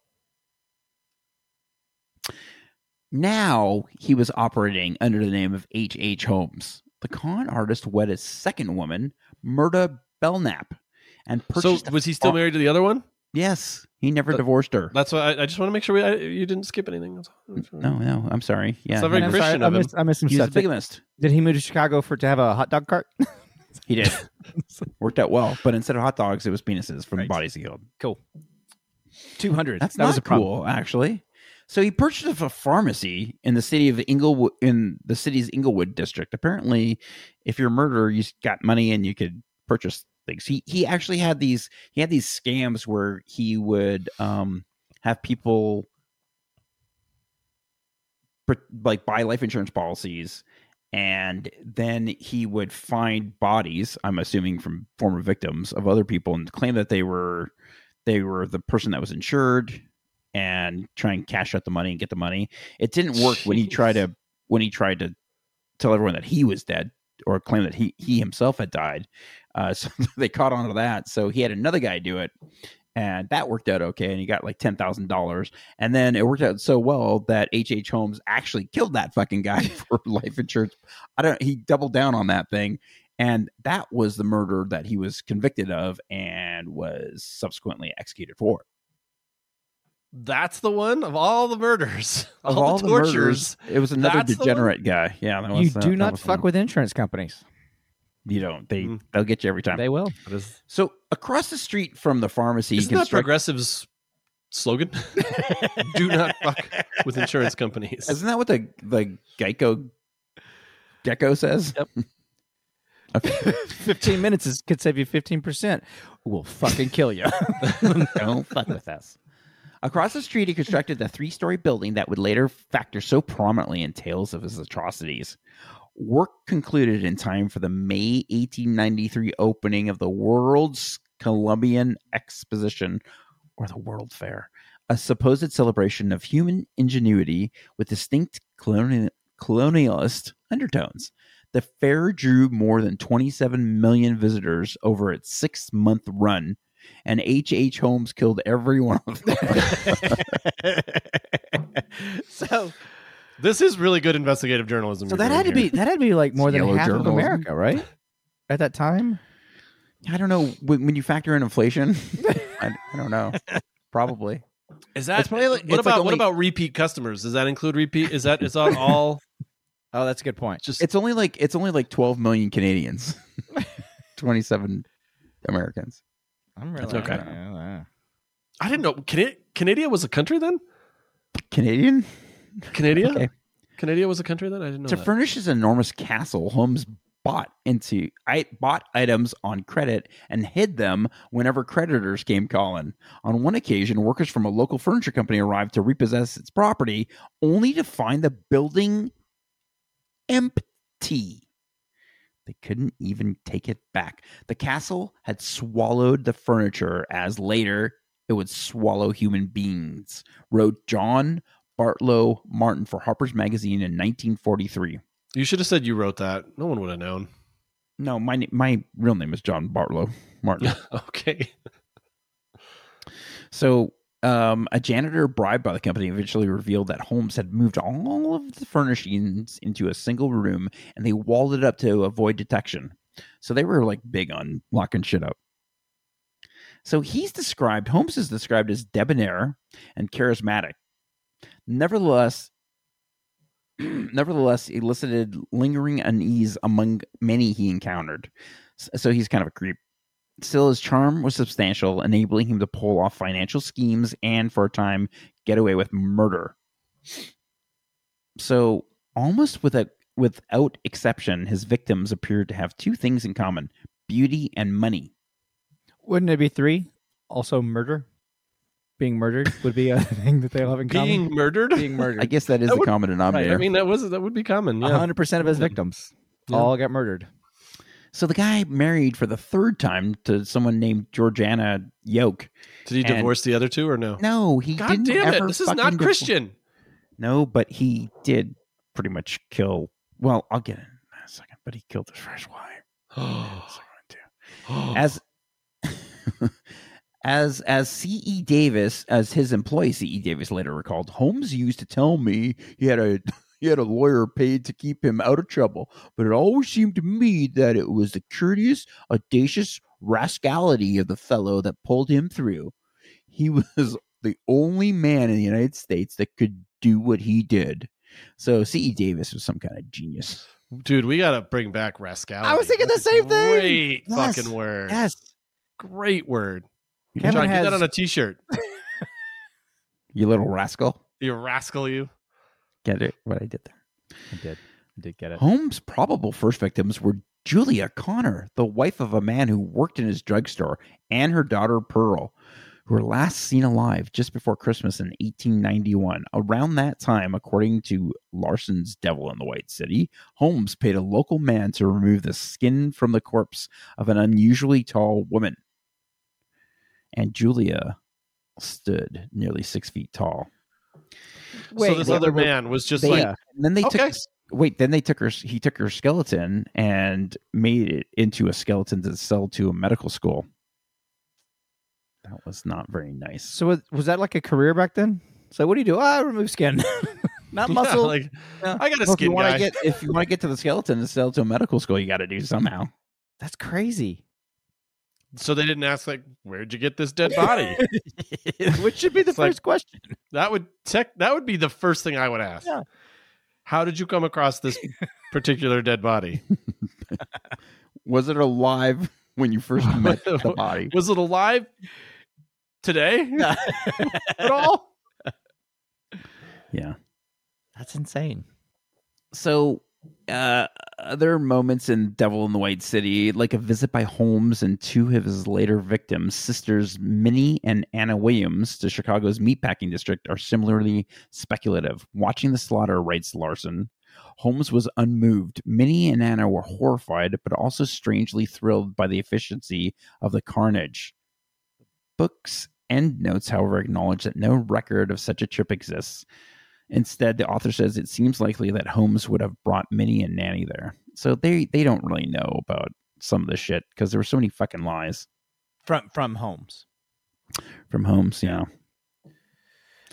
Speaker 1: Now he was operating under the name of H. H. Holmes. The con artist wed his second woman, Myrta Belknap, and
Speaker 3: So
Speaker 1: purchased. a
Speaker 3: was he still
Speaker 1: farm-
Speaker 3: married to the other one?
Speaker 1: Yes, he never
Speaker 3: Uh,
Speaker 1: divorced her.
Speaker 3: That's why I, I just want to make sure we, I, you didn't skip anything. That's all. That's all.
Speaker 1: No, no, I'm sorry. Yeah,
Speaker 3: It's not very
Speaker 1: he
Speaker 2: I'm
Speaker 1: never-
Speaker 2: sorry,
Speaker 3: Christian
Speaker 2: I
Speaker 3: of him.
Speaker 2: missed, I missed some
Speaker 1: he was a
Speaker 2: stuff. Did,
Speaker 1: bigamist.
Speaker 2: did he move to Chicago for to have a hot dog cart?
Speaker 1: He did. Worked out well, but instead of hot dogs, it was penises from
Speaker 2: Right.
Speaker 1: bodies he killed.
Speaker 2: Cool. Two hundred.
Speaker 1: That's
Speaker 2: that was a problem.
Speaker 1: cool, actually. So he purchased a pharmacy in the city of Inglewood, in the city's Inglewood district. Apparently, if you're a murderer, you got money and you could purchase things. He he actually had these he had these scams where he would um have people pr- like buy life insurance policies and then he would find bodies i'm assuming from former victims of other people and claim that they were they were the person that was insured and try and cash out the money and get the money it didn't work when he
Speaker 3: Jeez.
Speaker 1: tried to when he tried to tell everyone that he was dead or claim that he he himself had died uh, so they caught on to that so he had another guy do it and that worked out okay and he got like $10000 and then it worked out so well that H.H. H. Holmes actually killed that fucking guy for life insurance. I don't he doubled down on that thing. And that was the murder that he was convicted of and was subsequently executed for.
Speaker 3: That's the one of all the murders,
Speaker 1: Of
Speaker 3: all,
Speaker 1: all
Speaker 3: the
Speaker 1: the
Speaker 3: tortures.
Speaker 1: murders, it was another
Speaker 3: That's the one?
Speaker 1: degenerate guy. Yeah, that
Speaker 2: You
Speaker 1: was, that-
Speaker 2: do
Speaker 1: that
Speaker 2: not
Speaker 1: was the
Speaker 2: fuck
Speaker 1: one.
Speaker 2: with insurance companies.
Speaker 1: You don't. They
Speaker 3: Mm.
Speaker 1: they'll get you every time.
Speaker 2: They will.
Speaker 3: That is,
Speaker 1: so across the street from the pharmacy,
Speaker 3: isn't that progressives' slogan? Do not fuck with insurance companies.
Speaker 1: Isn't that what the the Geico gecko says?
Speaker 2: Yep.
Speaker 1: okay.
Speaker 2: Fifteen minutes is, could save you fifteen percent. We'll fucking kill you.
Speaker 1: Don't fuck with us. Across the street, he constructed the three story building that would later factor so prominently in tales of his atrocities. Work concluded in time for the May 1893 opening of the World's Columbian Exposition, or the World Fair, a supposed celebration of human ingenuity with distinct colonial, colonialist undertones. The fair drew more than 27 million visitors over its six month run, and H. H. Holmes killed every one of them.
Speaker 2: so
Speaker 3: This is really good investigative journalism.
Speaker 2: so
Speaker 3: you're
Speaker 2: that
Speaker 3: doing
Speaker 2: had to
Speaker 3: here.
Speaker 2: be that had to be like more than
Speaker 1: Yellow
Speaker 2: half of
Speaker 1: journalism.
Speaker 2: America, right? At that time,
Speaker 1: I don't know when, when you factor in inflation. I, I don't know. Probably.
Speaker 3: Is that
Speaker 1: It's probably like-
Speaker 3: what
Speaker 1: it's like
Speaker 3: about
Speaker 1: only-
Speaker 3: what about repeat customers? Does that include repeat? Is that is that all
Speaker 2: oh, that's a good point.
Speaker 3: just
Speaker 1: It's only like it's only like 12 million Canadians. 27 Americans.
Speaker 2: I'm
Speaker 1: That's
Speaker 2: really
Speaker 1: okay.
Speaker 2: Yeah.
Speaker 3: I didn't know Cana- Canada was a country then?
Speaker 1: Canadian?
Speaker 3: Canada?
Speaker 1: Okay.
Speaker 3: Canada was a country then? I didn't know.
Speaker 1: to
Speaker 3: that.
Speaker 1: furnish his enormous castle, Holmes bought into I bought items on credit and hid them whenever creditors came calling. On one occasion, workers from a local furniture company arrived to repossess its property, only to find the building empty. They couldn't even take it back. The castle had swallowed the furniture as later it would swallow human beings, wrote John Bartlow Martin for Harper's Magazine in 1943.
Speaker 3: you should have said you wrote that. No one would have known.
Speaker 1: No, my na- my real name is John Bartlow Martin.
Speaker 3: okay.
Speaker 1: so Um, a janitor bribed by the company eventually revealed that Holmes had moved all of the furnishings into a single room and they walled it up to avoid detection. So they were like big on locking shit up. So he's described, Holmes is described as debonair and charismatic. Nevertheless, nevertheless elicited lingering unease among many he encountered. S- So he's kind of a creep. Still, his charm was substantial, enabling him to pull off financial schemes and, for a time, get away with murder. So, almost with a, without exception, his victims appeared to have two things in common beauty and money.
Speaker 2: Wouldn't it be three? Also, murder. Being murdered would be a thing that they all have in common.
Speaker 3: Being murdered?
Speaker 2: Being murdered.
Speaker 1: I guess that is
Speaker 3: That
Speaker 1: the
Speaker 3: would-
Speaker 1: common
Speaker 3: Right,
Speaker 1: denominator.
Speaker 3: I mean, that was that would be common. Yeah.
Speaker 2: 100% of his victims
Speaker 3: Yeah.
Speaker 2: all got murdered.
Speaker 1: so, the guy married for the third time to someone named Georgiana Yoke.
Speaker 3: Did he
Speaker 1: And-
Speaker 3: divorce the other two or no?
Speaker 1: No, he
Speaker 3: God
Speaker 1: didn't.
Speaker 3: damn it!
Speaker 1: ever
Speaker 3: This is
Speaker 1: fucking
Speaker 3: not
Speaker 1: divorce-
Speaker 3: Christian.
Speaker 1: No, but he did pretty much kill. Well, I'll get it in a second. But he killed his first wife. That's what I wanna do. as as as ce davis as his employee ce davis later recalled holmes used to tell me he had a he had a lawyer paid to keep him out of trouble but it always seemed to me that it was the curious audacious rascality of the fellow that pulled him through he was the only man in the united states that could do what he did so ce davis was some kind of genius
Speaker 3: Dude, we gotta bring back rascality.
Speaker 2: I was thinking the
Speaker 3: That's a
Speaker 2: same thing.
Speaker 3: Great
Speaker 1: Yes.
Speaker 3: fucking word.
Speaker 1: yes
Speaker 3: Great word.
Speaker 2: Kevin
Speaker 3: John, get
Speaker 2: has-
Speaker 3: that on a t-shirt.
Speaker 1: you little rascal
Speaker 3: You rascal, you.
Speaker 1: get it what i did there
Speaker 2: I did. I did get it.
Speaker 1: Holmes' probable first victims were Julia Connor, the wife of a man who worked in his drugstore, and her daughter Pearl, who were last seen alive just before Christmas in 1891. Around that time, according to Larson's Devil in the White City, Holmes paid a local man to remove the skin from the corpse of an unusually tall woman. And Julia stood nearly six feet tall.
Speaker 3: so this
Speaker 1: wait,
Speaker 3: other
Speaker 1: wait, wait.
Speaker 3: man was just
Speaker 1: They- uh,
Speaker 3: like,
Speaker 2: yeah.
Speaker 1: And then they took
Speaker 3: okay,
Speaker 1: wait then they took her he took her skeleton and made it into a skeleton to sell to a medical school that was not very nice
Speaker 2: So was, was that like a career back then? So what do you do? Ah, I remove skin, not
Speaker 3: Yeah,
Speaker 2: muscle.
Speaker 3: like,
Speaker 2: Yeah.
Speaker 3: I got a
Speaker 1: Well, if you
Speaker 3: skin
Speaker 1: want
Speaker 3: guy.
Speaker 1: to get if you want to get to the skeleton to sell to a medical school you got to do somehow
Speaker 2: That's crazy.
Speaker 3: so they didn't ask like, where'd you get this dead body?
Speaker 2: Which should be the
Speaker 3: It's like-
Speaker 2: first question.
Speaker 3: that would tech. That would be the first thing I would ask.
Speaker 2: Yeah.
Speaker 3: How did you come across this particular dead body?
Speaker 1: was it alive when you first met the body
Speaker 3: Was it alive today at all?
Speaker 1: yeah
Speaker 2: That's insane.
Speaker 1: so uh other moments in devil in the white city like a visit by holmes and two of his later victims sisters minnie and anna williams to chicago's meatpacking district are similarly speculative watching the slaughter writes larson holmes was unmoved minnie and anna were horrified but also strangely thrilled by the efficiency of the carnage books end notes however acknowledge that no record of such a trip exists Instead, the author says it seems likely that Holmes would have brought Minnie and Nanny there. So they they don't really know about some of the shit because there were so many fucking lies
Speaker 2: From from Holmes.
Speaker 1: from Holmes. You know,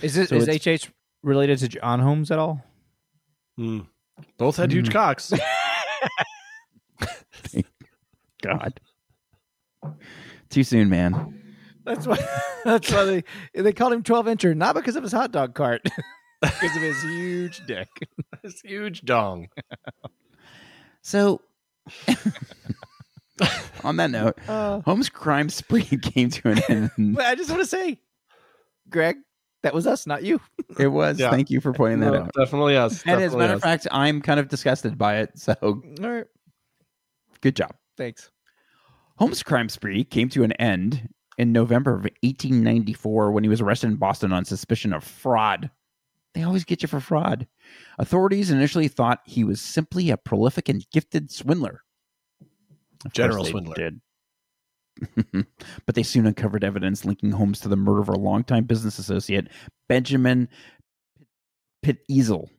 Speaker 2: Is it
Speaker 1: So
Speaker 2: is
Speaker 1: it's-
Speaker 2: HH related to John Holmes at all?
Speaker 3: Hmm. Both had huge
Speaker 1: Hmm.
Speaker 3: cocks.
Speaker 1: God, too soon, man.
Speaker 2: That's why. That's why they they called him twelve incher, not because of his hot dog cart, because of his huge dick.
Speaker 3: This huge dong.
Speaker 1: So, on that note,
Speaker 2: Uh,
Speaker 1: Holmes' crime spree came to an end.
Speaker 2: but I just want to say, Greg, that was us, not you.
Speaker 1: It was.
Speaker 3: Yeah.
Speaker 1: Thank you for pointing that
Speaker 3: No,
Speaker 1: out.
Speaker 3: definitely us.
Speaker 1: And as a
Speaker 3: definitely
Speaker 1: matter
Speaker 3: us.
Speaker 1: of fact, I'm kind of disgusted by it. So,
Speaker 2: All right,
Speaker 1: good job.
Speaker 2: thanks.
Speaker 1: Holmes' crime spree came to an end in November of 1894 when he was arrested in Boston on suspicion of fraud. They always get you for fraud. Authorities initially thought he was simply a prolific and gifted swindler. Of course
Speaker 3: General
Speaker 1: they
Speaker 3: swindler.
Speaker 1: Did. but they soon uncovered evidence linking Holmes to the murder of a longtime business associate, Benjamin Pit Easel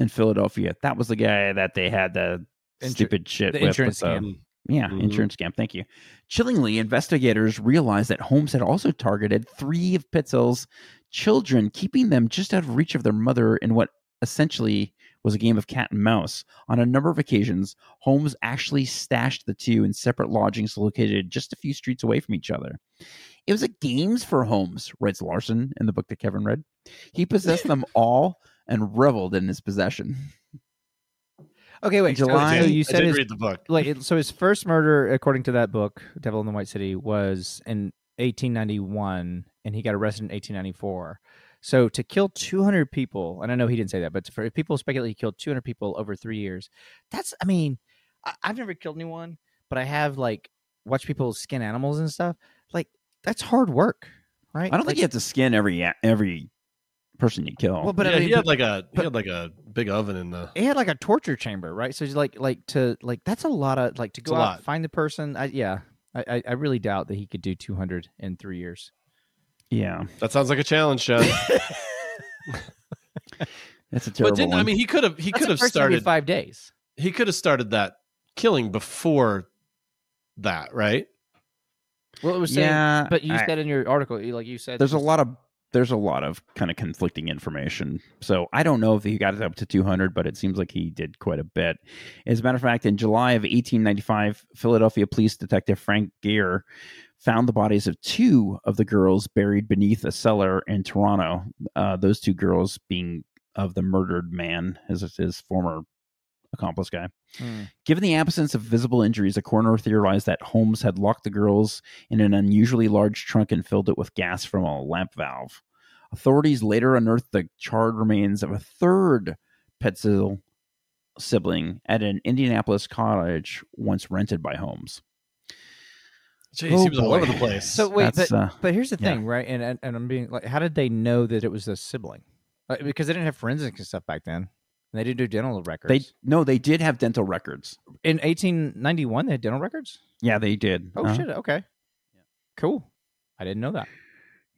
Speaker 1: in Philadelphia. That was the guy that they had the
Speaker 2: Insur-
Speaker 1: stupid shit
Speaker 2: the
Speaker 1: with.
Speaker 2: insurance
Speaker 1: with the-
Speaker 2: scam.
Speaker 1: Yeah,
Speaker 3: Mhm.
Speaker 1: insurance scam. Thank you. Chillingly, investigators realized that Holmes had also targeted three of Pitzel's children, keeping them just out of reach of their mother in what essentially was a game of cat and mouse. On a number of occasions, Holmes actually stashed the two in separate lodgings located just a few streets away from each other. It was a games for Holmes, writes Larson in the book that Kevin read. He possessed them all and reveled in his possession.
Speaker 2: Okay, wait.
Speaker 1: July-
Speaker 2: So you
Speaker 3: I
Speaker 2: said
Speaker 3: did
Speaker 2: his,
Speaker 3: read the book.
Speaker 2: like it- so his first murder, according to that book, Devil in the White City, was in 1891, and he got arrested in 1894. So to kill 200 people, and I know he didn't say that, but for if people speculate he killed 200 people over three years. That's, I mean, I, I've never killed anyone, but I have like watched people skin animals and stuff. Like that's hard work, right?
Speaker 1: I don't
Speaker 2: Like-
Speaker 1: think you have to skin every every person you kill.
Speaker 2: Well, but
Speaker 3: yeah,
Speaker 2: I mean,
Speaker 3: he had like a he
Speaker 2: but-
Speaker 3: had like a big oven in the.
Speaker 2: it had like a torture chamber, right? So it's like like to like that's a lot of like to
Speaker 3: It's
Speaker 2: go
Speaker 3: a
Speaker 2: out
Speaker 3: lot.
Speaker 2: find the person. I, yeah, I, I I really doubt that he could do 200 in three years.
Speaker 1: yeah,
Speaker 3: That sounds like a challenge, Sean.
Speaker 1: that's a terrible
Speaker 3: but didn't
Speaker 1: one.
Speaker 3: I mean he could have he
Speaker 2: That's
Speaker 3: could
Speaker 2: a
Speaker 3: have
Speaker 2: person every
Speaker 3: started
Speaker 2: five days.
Speaker 3: he could have started that killing before that, right?
Speaker 2: Well, it was saying,
Speaker 1: yeah,
Speaker 2: but you
Speaker 1: I-
Speaker 2: said in your article, you- like you said,
Speaker 1: there's a lot of there's a lot of kind of conflicting information. So I don't know if he got it up to 200, but it seems like he did quite a bit. As a matter of fact, in July of 1895, Philadelphia police detective Frank Gear found the bodies of two of the girls buried beneath a cellar in Toronto. Uh, those two girls being of the murdered man, his his former accomplice guy.
Speaker 2: Hmm.
Speaker 1: Given the absence of visible injuries, a coroner theorized that Holmes had locked the girls in an unusually large trunk and filled it with gas from a lamp valve. Authorities later unearthed the charred remains of a third Petzl sibling at an Indianapolis cottage once rented by Holmes.
Speaker 3: Jeez,
Speaker 1: Oh,
Speaker 3: he was all
Speaker 1: boy.
Speaker 3: over the place.
Speaker 2: So wait,
Speaker 1: That's,
Speaker 2: but,
Speaker 1: uh,
Speaker 2: but here's the
Speaker 1: yeah.
Speaker 2: thing, right? And, and and I'm being like, how did they know that it was a sibling? Like, because they didn't have forensics and stuff back then. And they didn't do dental records.
Speaker 1: They no, they did have dental records.
Speaker 2: in 1891 they had dental records.
Speaker 1: Yeah, they did.
Speaker 2: Oh
Speaker 1: Uh,
Speaker 2: shit! Okay, cool. I didn't know that.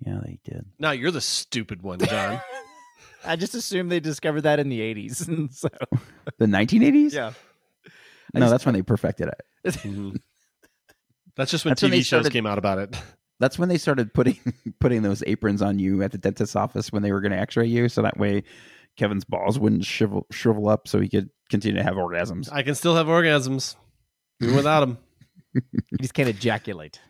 Speaker 1: Yeah, they did.
Speaker 3: now you're the stupid one, John.
Speaker 2: I just assumed they discovered that in the 80s. and so,
Speaker 1: The 1980s?
Speaker 2: yeah. I
Speaker 1: No,
Speaker 2: just-
Speaker 1: that's when they perfected it.
Speaker 3: Mhm. That's just when
Speaker 1: That's
Speaker 3: TV
Speaker 1: when they
Speaker 3: shows
Speaker 1: started-
Speaker 3: came out about it.
Speaker 1: That's when they started putting putting those aprons on you at the dentist's office when they were going to X-ray you, so that way Kevin's balls wouldn't shrivel, shrivel up, so he could continue to have orgasms.
Speaker 3: I can still have orgasms even without them.
Speaker 2: You just can't ejaculate.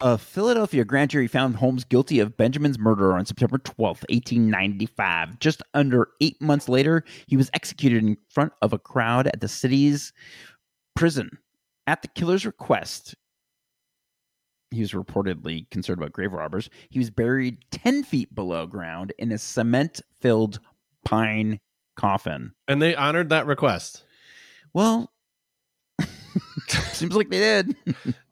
Speaker 1: A Philadelphia grand jury found Holmes guilty of Benjamin's murder on September 12, 1895. Just under eight months later, he was executed in front of a crowd at the city's prison. At the killer's request, he was reportedly concerned about grave robbers. He was buried 10 feet below ground in a cement filled pine coffin.
Speaker 3: And they honored that request.
Speaker 1: Well, seems like they did.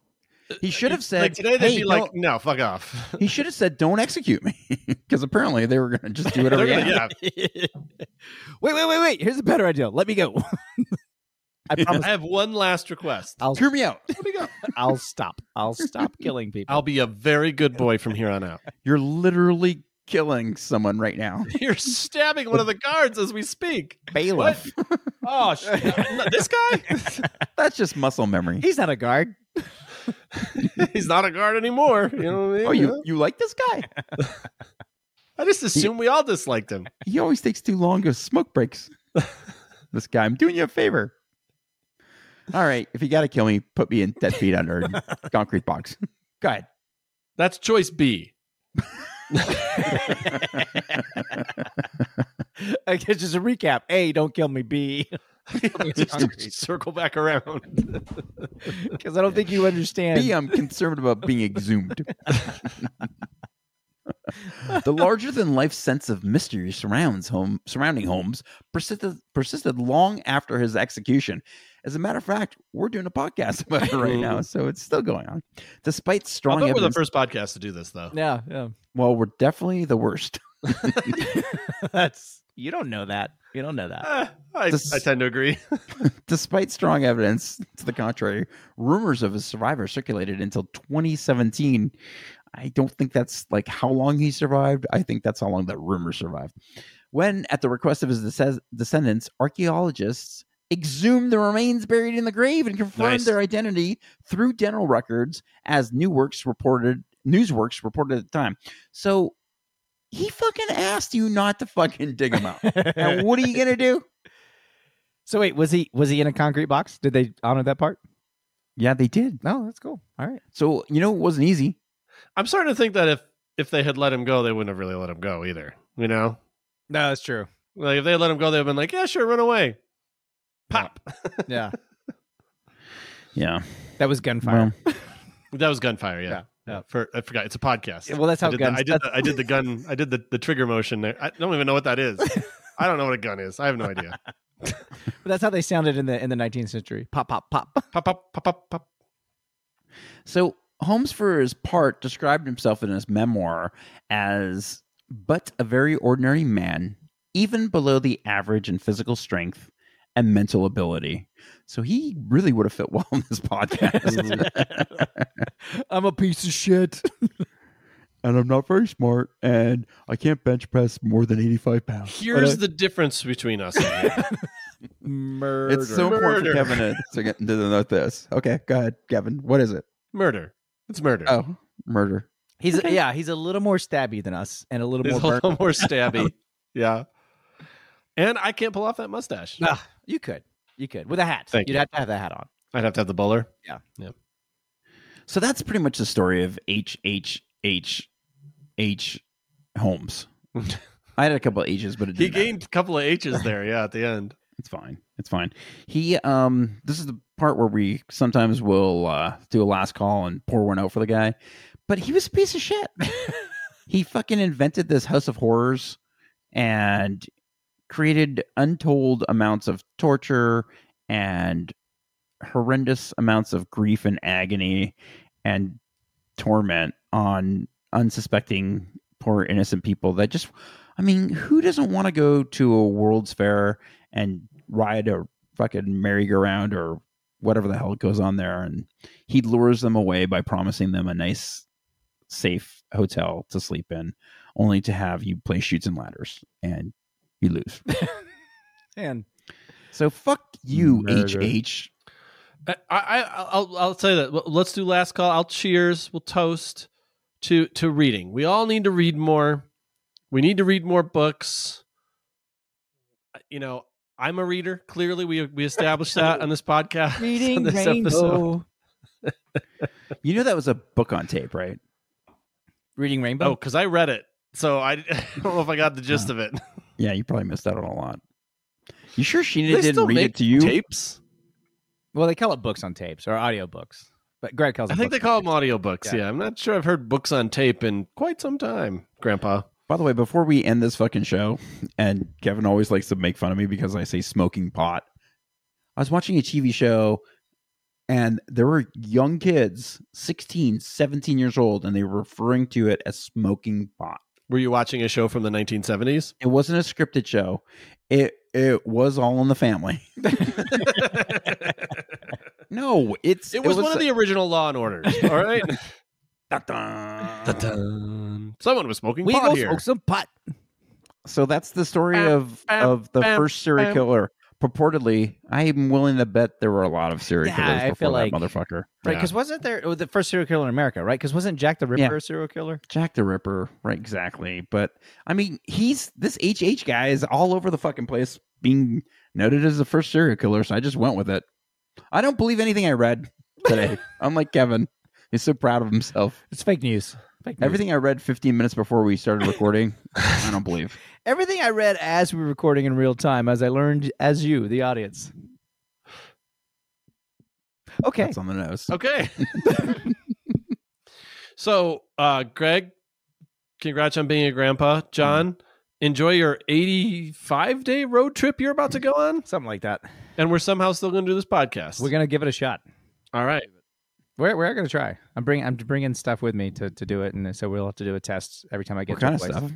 Speaker 1: he should have said,
Speaker 3: like today they'd
Speaker 1: "Hey,
Speaker 3: be like,
Speaker 1: don't-
Speaker 3: no, fuck off.
Speaker 1: he should have said, "Don't execute me," because apparently they were going to just do whatever.
Speaker 3: They're
Speaker 1: they
Speaker 3: gonna-
Speaker 1: had.
Speaker 3: yeah.
Speaker 2: wait, wait, wait, wait. Here's a better idea. Let me go. I promise.
Speaker 3: I have one last request.
Speaker 2: I'll,
Speaker 1: Hear me out.
Speaker 2: I'll stop. I'll stop killing people.
Speaker 3: I'll be a very good boy from here on out.
Speaker 1: You're literally killing someone right now,
Speaker 3: You're stabbing one of the guards as we speak.
Speaker 1: bailiff.
Speaker 3: Oh, sh- no, this guy?
Speaker 1: That's just muscle memory.
Speaker 2: He's not a guard.
Speaker 3: He's not a guard anymore. You know what I mean?
Speaker 1: Oh, you you like this guy?
Speaker 3: I just assumed we all disliked him.
Speaker 1: He always takes too long to smoke breaks. this guy, I'm doing you a favor. All right, if you got to kill me, put me in ten feet under a concrete box. Go ahead.
Speaker 3: That's choice B.
Speaker 2: I guess just a recap. A, don't kill me. B,
Speaker 3: Just circle back around.
Speaker 2: because I don't think you understand.
Speaker 1: B, I'm concerned about being exhumed. the larger than life sense of mystery surrounds home surrounding Holmes persisted persisted long after his execution. As a matter of fact, we're doing a podcast about it right now, so it's still going on. Despite
Speaker 3: I
Speaker 1: strong
Speaker 3: bet we're the
Speaker 1: evidence,
Speaker 3: first podcast to do this, though.
Speaker 2: yeah, yeah.
Speaker 1: well, we're definitely the worst.
Speaker 2: That's you don't know that. You don't know that.
Speaker 3: Ah, I,
Speaker 1: This-
Speaker 3: I tend to agree.
Speaker 1: Despite strong evidence to the contrary, rumors of his survivor circulated until 2017. I don't think that's like how long he survived. I think that's how long that rumor survived. When, at the request of his dece- descendants, archaeologists exhumed the remains buried in the grave and confirmed
Speaker 3: Nice.
Speaker 1: their identity through dental records as new works reported newsworks reported at the time. So he fucking asked you not to fucking dig him out. and what are you gonna do?
Speaker 2: so wait, was he was he in a concrete box? Did they honor that part?
Speaker 1: Yeah, they did.
Speaker 2: No, that's cool. All right.
Speaker 1: So you know it wasn't easy.
Speaker 3: I'm starting to think that if if they had let him go, they wouldn't have really let him go either. You know,
Speaker 2: No, that's true.
Speaker 3: like if they had let him go, they'd have been like, yeah, sure, run away, pop.
Speaker 2: Yeah,
Speaker 1: Yeah.
Speaker 2: that was gunfire.
Speaker 3: that was gunfire. Yeah.
Speaker 2: Yeah, yeah.
Speaker 3: For I forgot, it's a podcast.
Speaker 2: Well, that's
Speaker 3: I
Speaker 2: how
Speaker 3: did,
Speaker 2: guns.
Speaker 3: the, I, did
Speaker 2: that's-
Speaker 3: the, I did the gun. I did the, the trigger motion there. I don't even know what that is. I don't know what a gun is. I have no idea.
Speaker 2: But that's how they sounded in the in the 19th century. Pop, pop, pop.
Speaker 3: Pop, pop, pop, pop, pop.
Speaker 1: So Holmes, for his part, described himself in his memoir as but a very ordinary man, even below the average in physical strength and mental ability. So he really would have fit well in this podcast.
Speaker 2: I'm a piece of shit.
Speaker 1: and I'm not very smart, and I can't bench press more than 85 pounds.
Speaker 3: Here's the difference between us. and you.
Speaker 2: Murder.
Speaker 1: it's so important for
Speaker 3: Murder.
Speaker 1: Kevin to, to, get, to note this. Okay, go ahead, Kevin. What is it?
Speaker 3: murder. It's murder.
Speaker 1: Oh, murder.
Speaker 2: He's yeah, he's a little more stabby than us and a little
Speaker 3: It's a
Speaker 2: more burnt.
Speaker 3: little more stabby. yeah. And I can't pull off that mustache.
Speaker 2: Ah, you could. You could. With a hat.
Speaker 3: Thank
Speaker 2: You'd
Speaker 3: you.
Speaker 2: have to have that hat on.
Speaker 3: I'd have to have the bowler.
Speaker 1: So that's pretty much the story of H H H H Holmes. I had a couple of H's, but it
Speaker 3: He
Speaker 1: didn't matter.
Speaker 3: gained a couple of H's there. Yeah, at the end.
Speaker 1: It's fine. It's fine. He um this is the part where we sometimes will uh do a last call and pour one out for the guy. But he was a piece of shit. he fucking invented this house of horrors and created untold amounts of torture and horrendous amounts of grief and agony and torment on unsuspecting poor innocent people that just I mean, who doesn't want to go to a World's Fair and ride a fucking merry-go-round or whatever the hell goes on there. And he lures them away by promising them a nice, safe hotel to sleep in, only to have you play shoots and ladders and you lose.
Speaker 2: And
Speaker 1: So fuck you,
Speaker 2: Murder.
Speaker 1: HH.
Speaker 3: I, I, I'll, I'll say that. Well, Let's do last call. I'll cheers. We'll toast to to reading. We all need to read more. We need to read more books. You know, I'm a reader. Clearly, we we established that on this podcast. on
Speaker 2: reading
Speaker 3: this
Speaker 2: rainbow.
Speaker 3: episode.
Speaker 1: You know that was a book on tape, right?
Speaker 2: Reading
Speaker 3: Oh,
Speaker 2: rainbow.
Speaker 3: because I read it, so I, I don't know if I got the gist of it.
Speaker 1: Yeah, you probably missed out on a lot. You sure Sheena
Speaker 3: They
Speaker 1: didn't
Speaker 3: still
Speaker 1: read
Speaker 3: make
Speaker 1: it to you?
Speaker 3: Tapes.
Speaker 2: Well, they call it books on tapes or audiobooks. But Greg calls
Speaker 3: I
Speaker 2: them
Speaker 3: think they
Speaker 2: books
Speaker 3: call
Speaker 2: on
Speaker 3: them audiobooks. Yeah.
Speaker 2: Yeah.
Speaker 3: yeah, I'm not sure. I've heard books on tape in quite some time, Grandpa.
Speaker 1: By the way, before we end this fucking show, and Kevin always likes to make fun of me because I say smoking pot. I was watching a TV show and there were young kids, 16, 17 years old, and they were referring to it as smoking pot.
Speaker 3: Were you watching a show from the 1970s?
Speaker 1: It wasn't a scripted show. It it was all in the family. No, it's
Speaker 3: It was, one of the original Law and Orders. All right.
Speaker 1: the
Speaker 3: Someone was smoking
Speaker 2: We
Speaker 3: pot
Speaker 2: go
Speaker 3: here.
Speaker 2: smoke some pot.
Speaker 1: So that's the story
Speaker 3: Bam,
Speaker 1: of
Speaker 3: bam,
Speaker 1: of the
Speaker 3: bam,
Speaker 1: first serial
Speaker 3: bam.
Speaker 1: killer. Purportedly, I am willing to bet there were a lot of serial
Speaker 2: Yeah,
Speaker 1: killers
Speaker 2: I
Speaker 1: before
Speaker 2: feel
Speaker 1: that
Speaker 2: like-
Speaker 1: motherfucker.
Speaker 2: Right,
Speaker 3: Yeah.
Speaker 2: because wasn't there oh, the first serial killer in America, right? Because wasn't Jack the Ripper
Speaker 1: Yeah.
Speaker 2: a serial killer?
Speaker 1: Jack the Ripper, right? Exactly. But I mean, he's this HH guy is all over the fucking place being noted as the first serial killer. So I just went with it. I don't believe anything I read today. I'm like Kevin. He's so proud of himself.
Speaker 2: It's fake news. Fake news.
Speaker 1: Everything I read 15 minutes before we started recording, I don't believe.
Speaker 2: Everything I read as we were recording in real time, as I learned as you, the audience. Okay.
Speaker 1: That's on the nose.
Speaker 3: Okay. so, uh, Greg, congrats on being a grandpa. John, enjoy your 85 day road trip you're about to go on.
Speaker 2: Something like that.
Speaker 3: And we're somehow still going to do this podcast.
Speaker 2: We're gonna give it a shot.
Speaker 3: All right.
Speaker 2: We're, we're gonna try. I'm bring I'm bringing stuff with me to, to do it, and so we'll have to do a test every time I get
Speaker 1: What
Speaker 2: to a
Speaker 1: kind of
Speaker 2: place.
Speaker 1: stuff?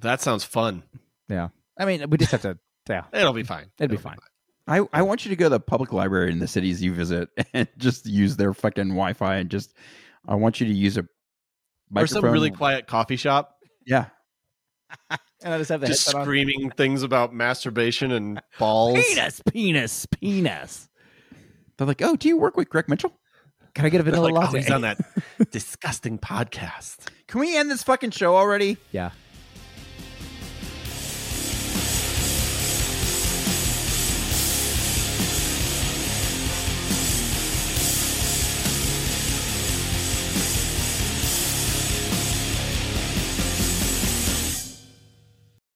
Speaker 3: That sounds fun.
Speaker 2: I mean, we just have to. Yeah,
Speaker 3: It'll be fine.
Speaker 2: it'd be fine.
Speaker 1: I, I want you to go to the public library in the cities you visit and just use their fucking Wi Fi and just, I want you to use a
Speaker 3: Or some
Speaker 1: microphone.
Speaker 3: really quiet coffee shop.
Speaker 1: Yeah.
Speaker 2: and I just have the
Speaker 3: Just
Speaker 2: headset on.
Speaker 3: screaming things about masturbation and balls.
Speaker 1: penis, penis, penis. They're like, oh, do you work with Greg Mitchell?
Speaker 2: Can I get a
Speaker 3: They're
Speaker 2: vanilla
Speaker 3: like, oh,
Speaker 2: latte?
Speaker 3: he's on that disgusting podcast.
Speaker 1: Can we end this fucking show already?
Speaker 2: Yeah.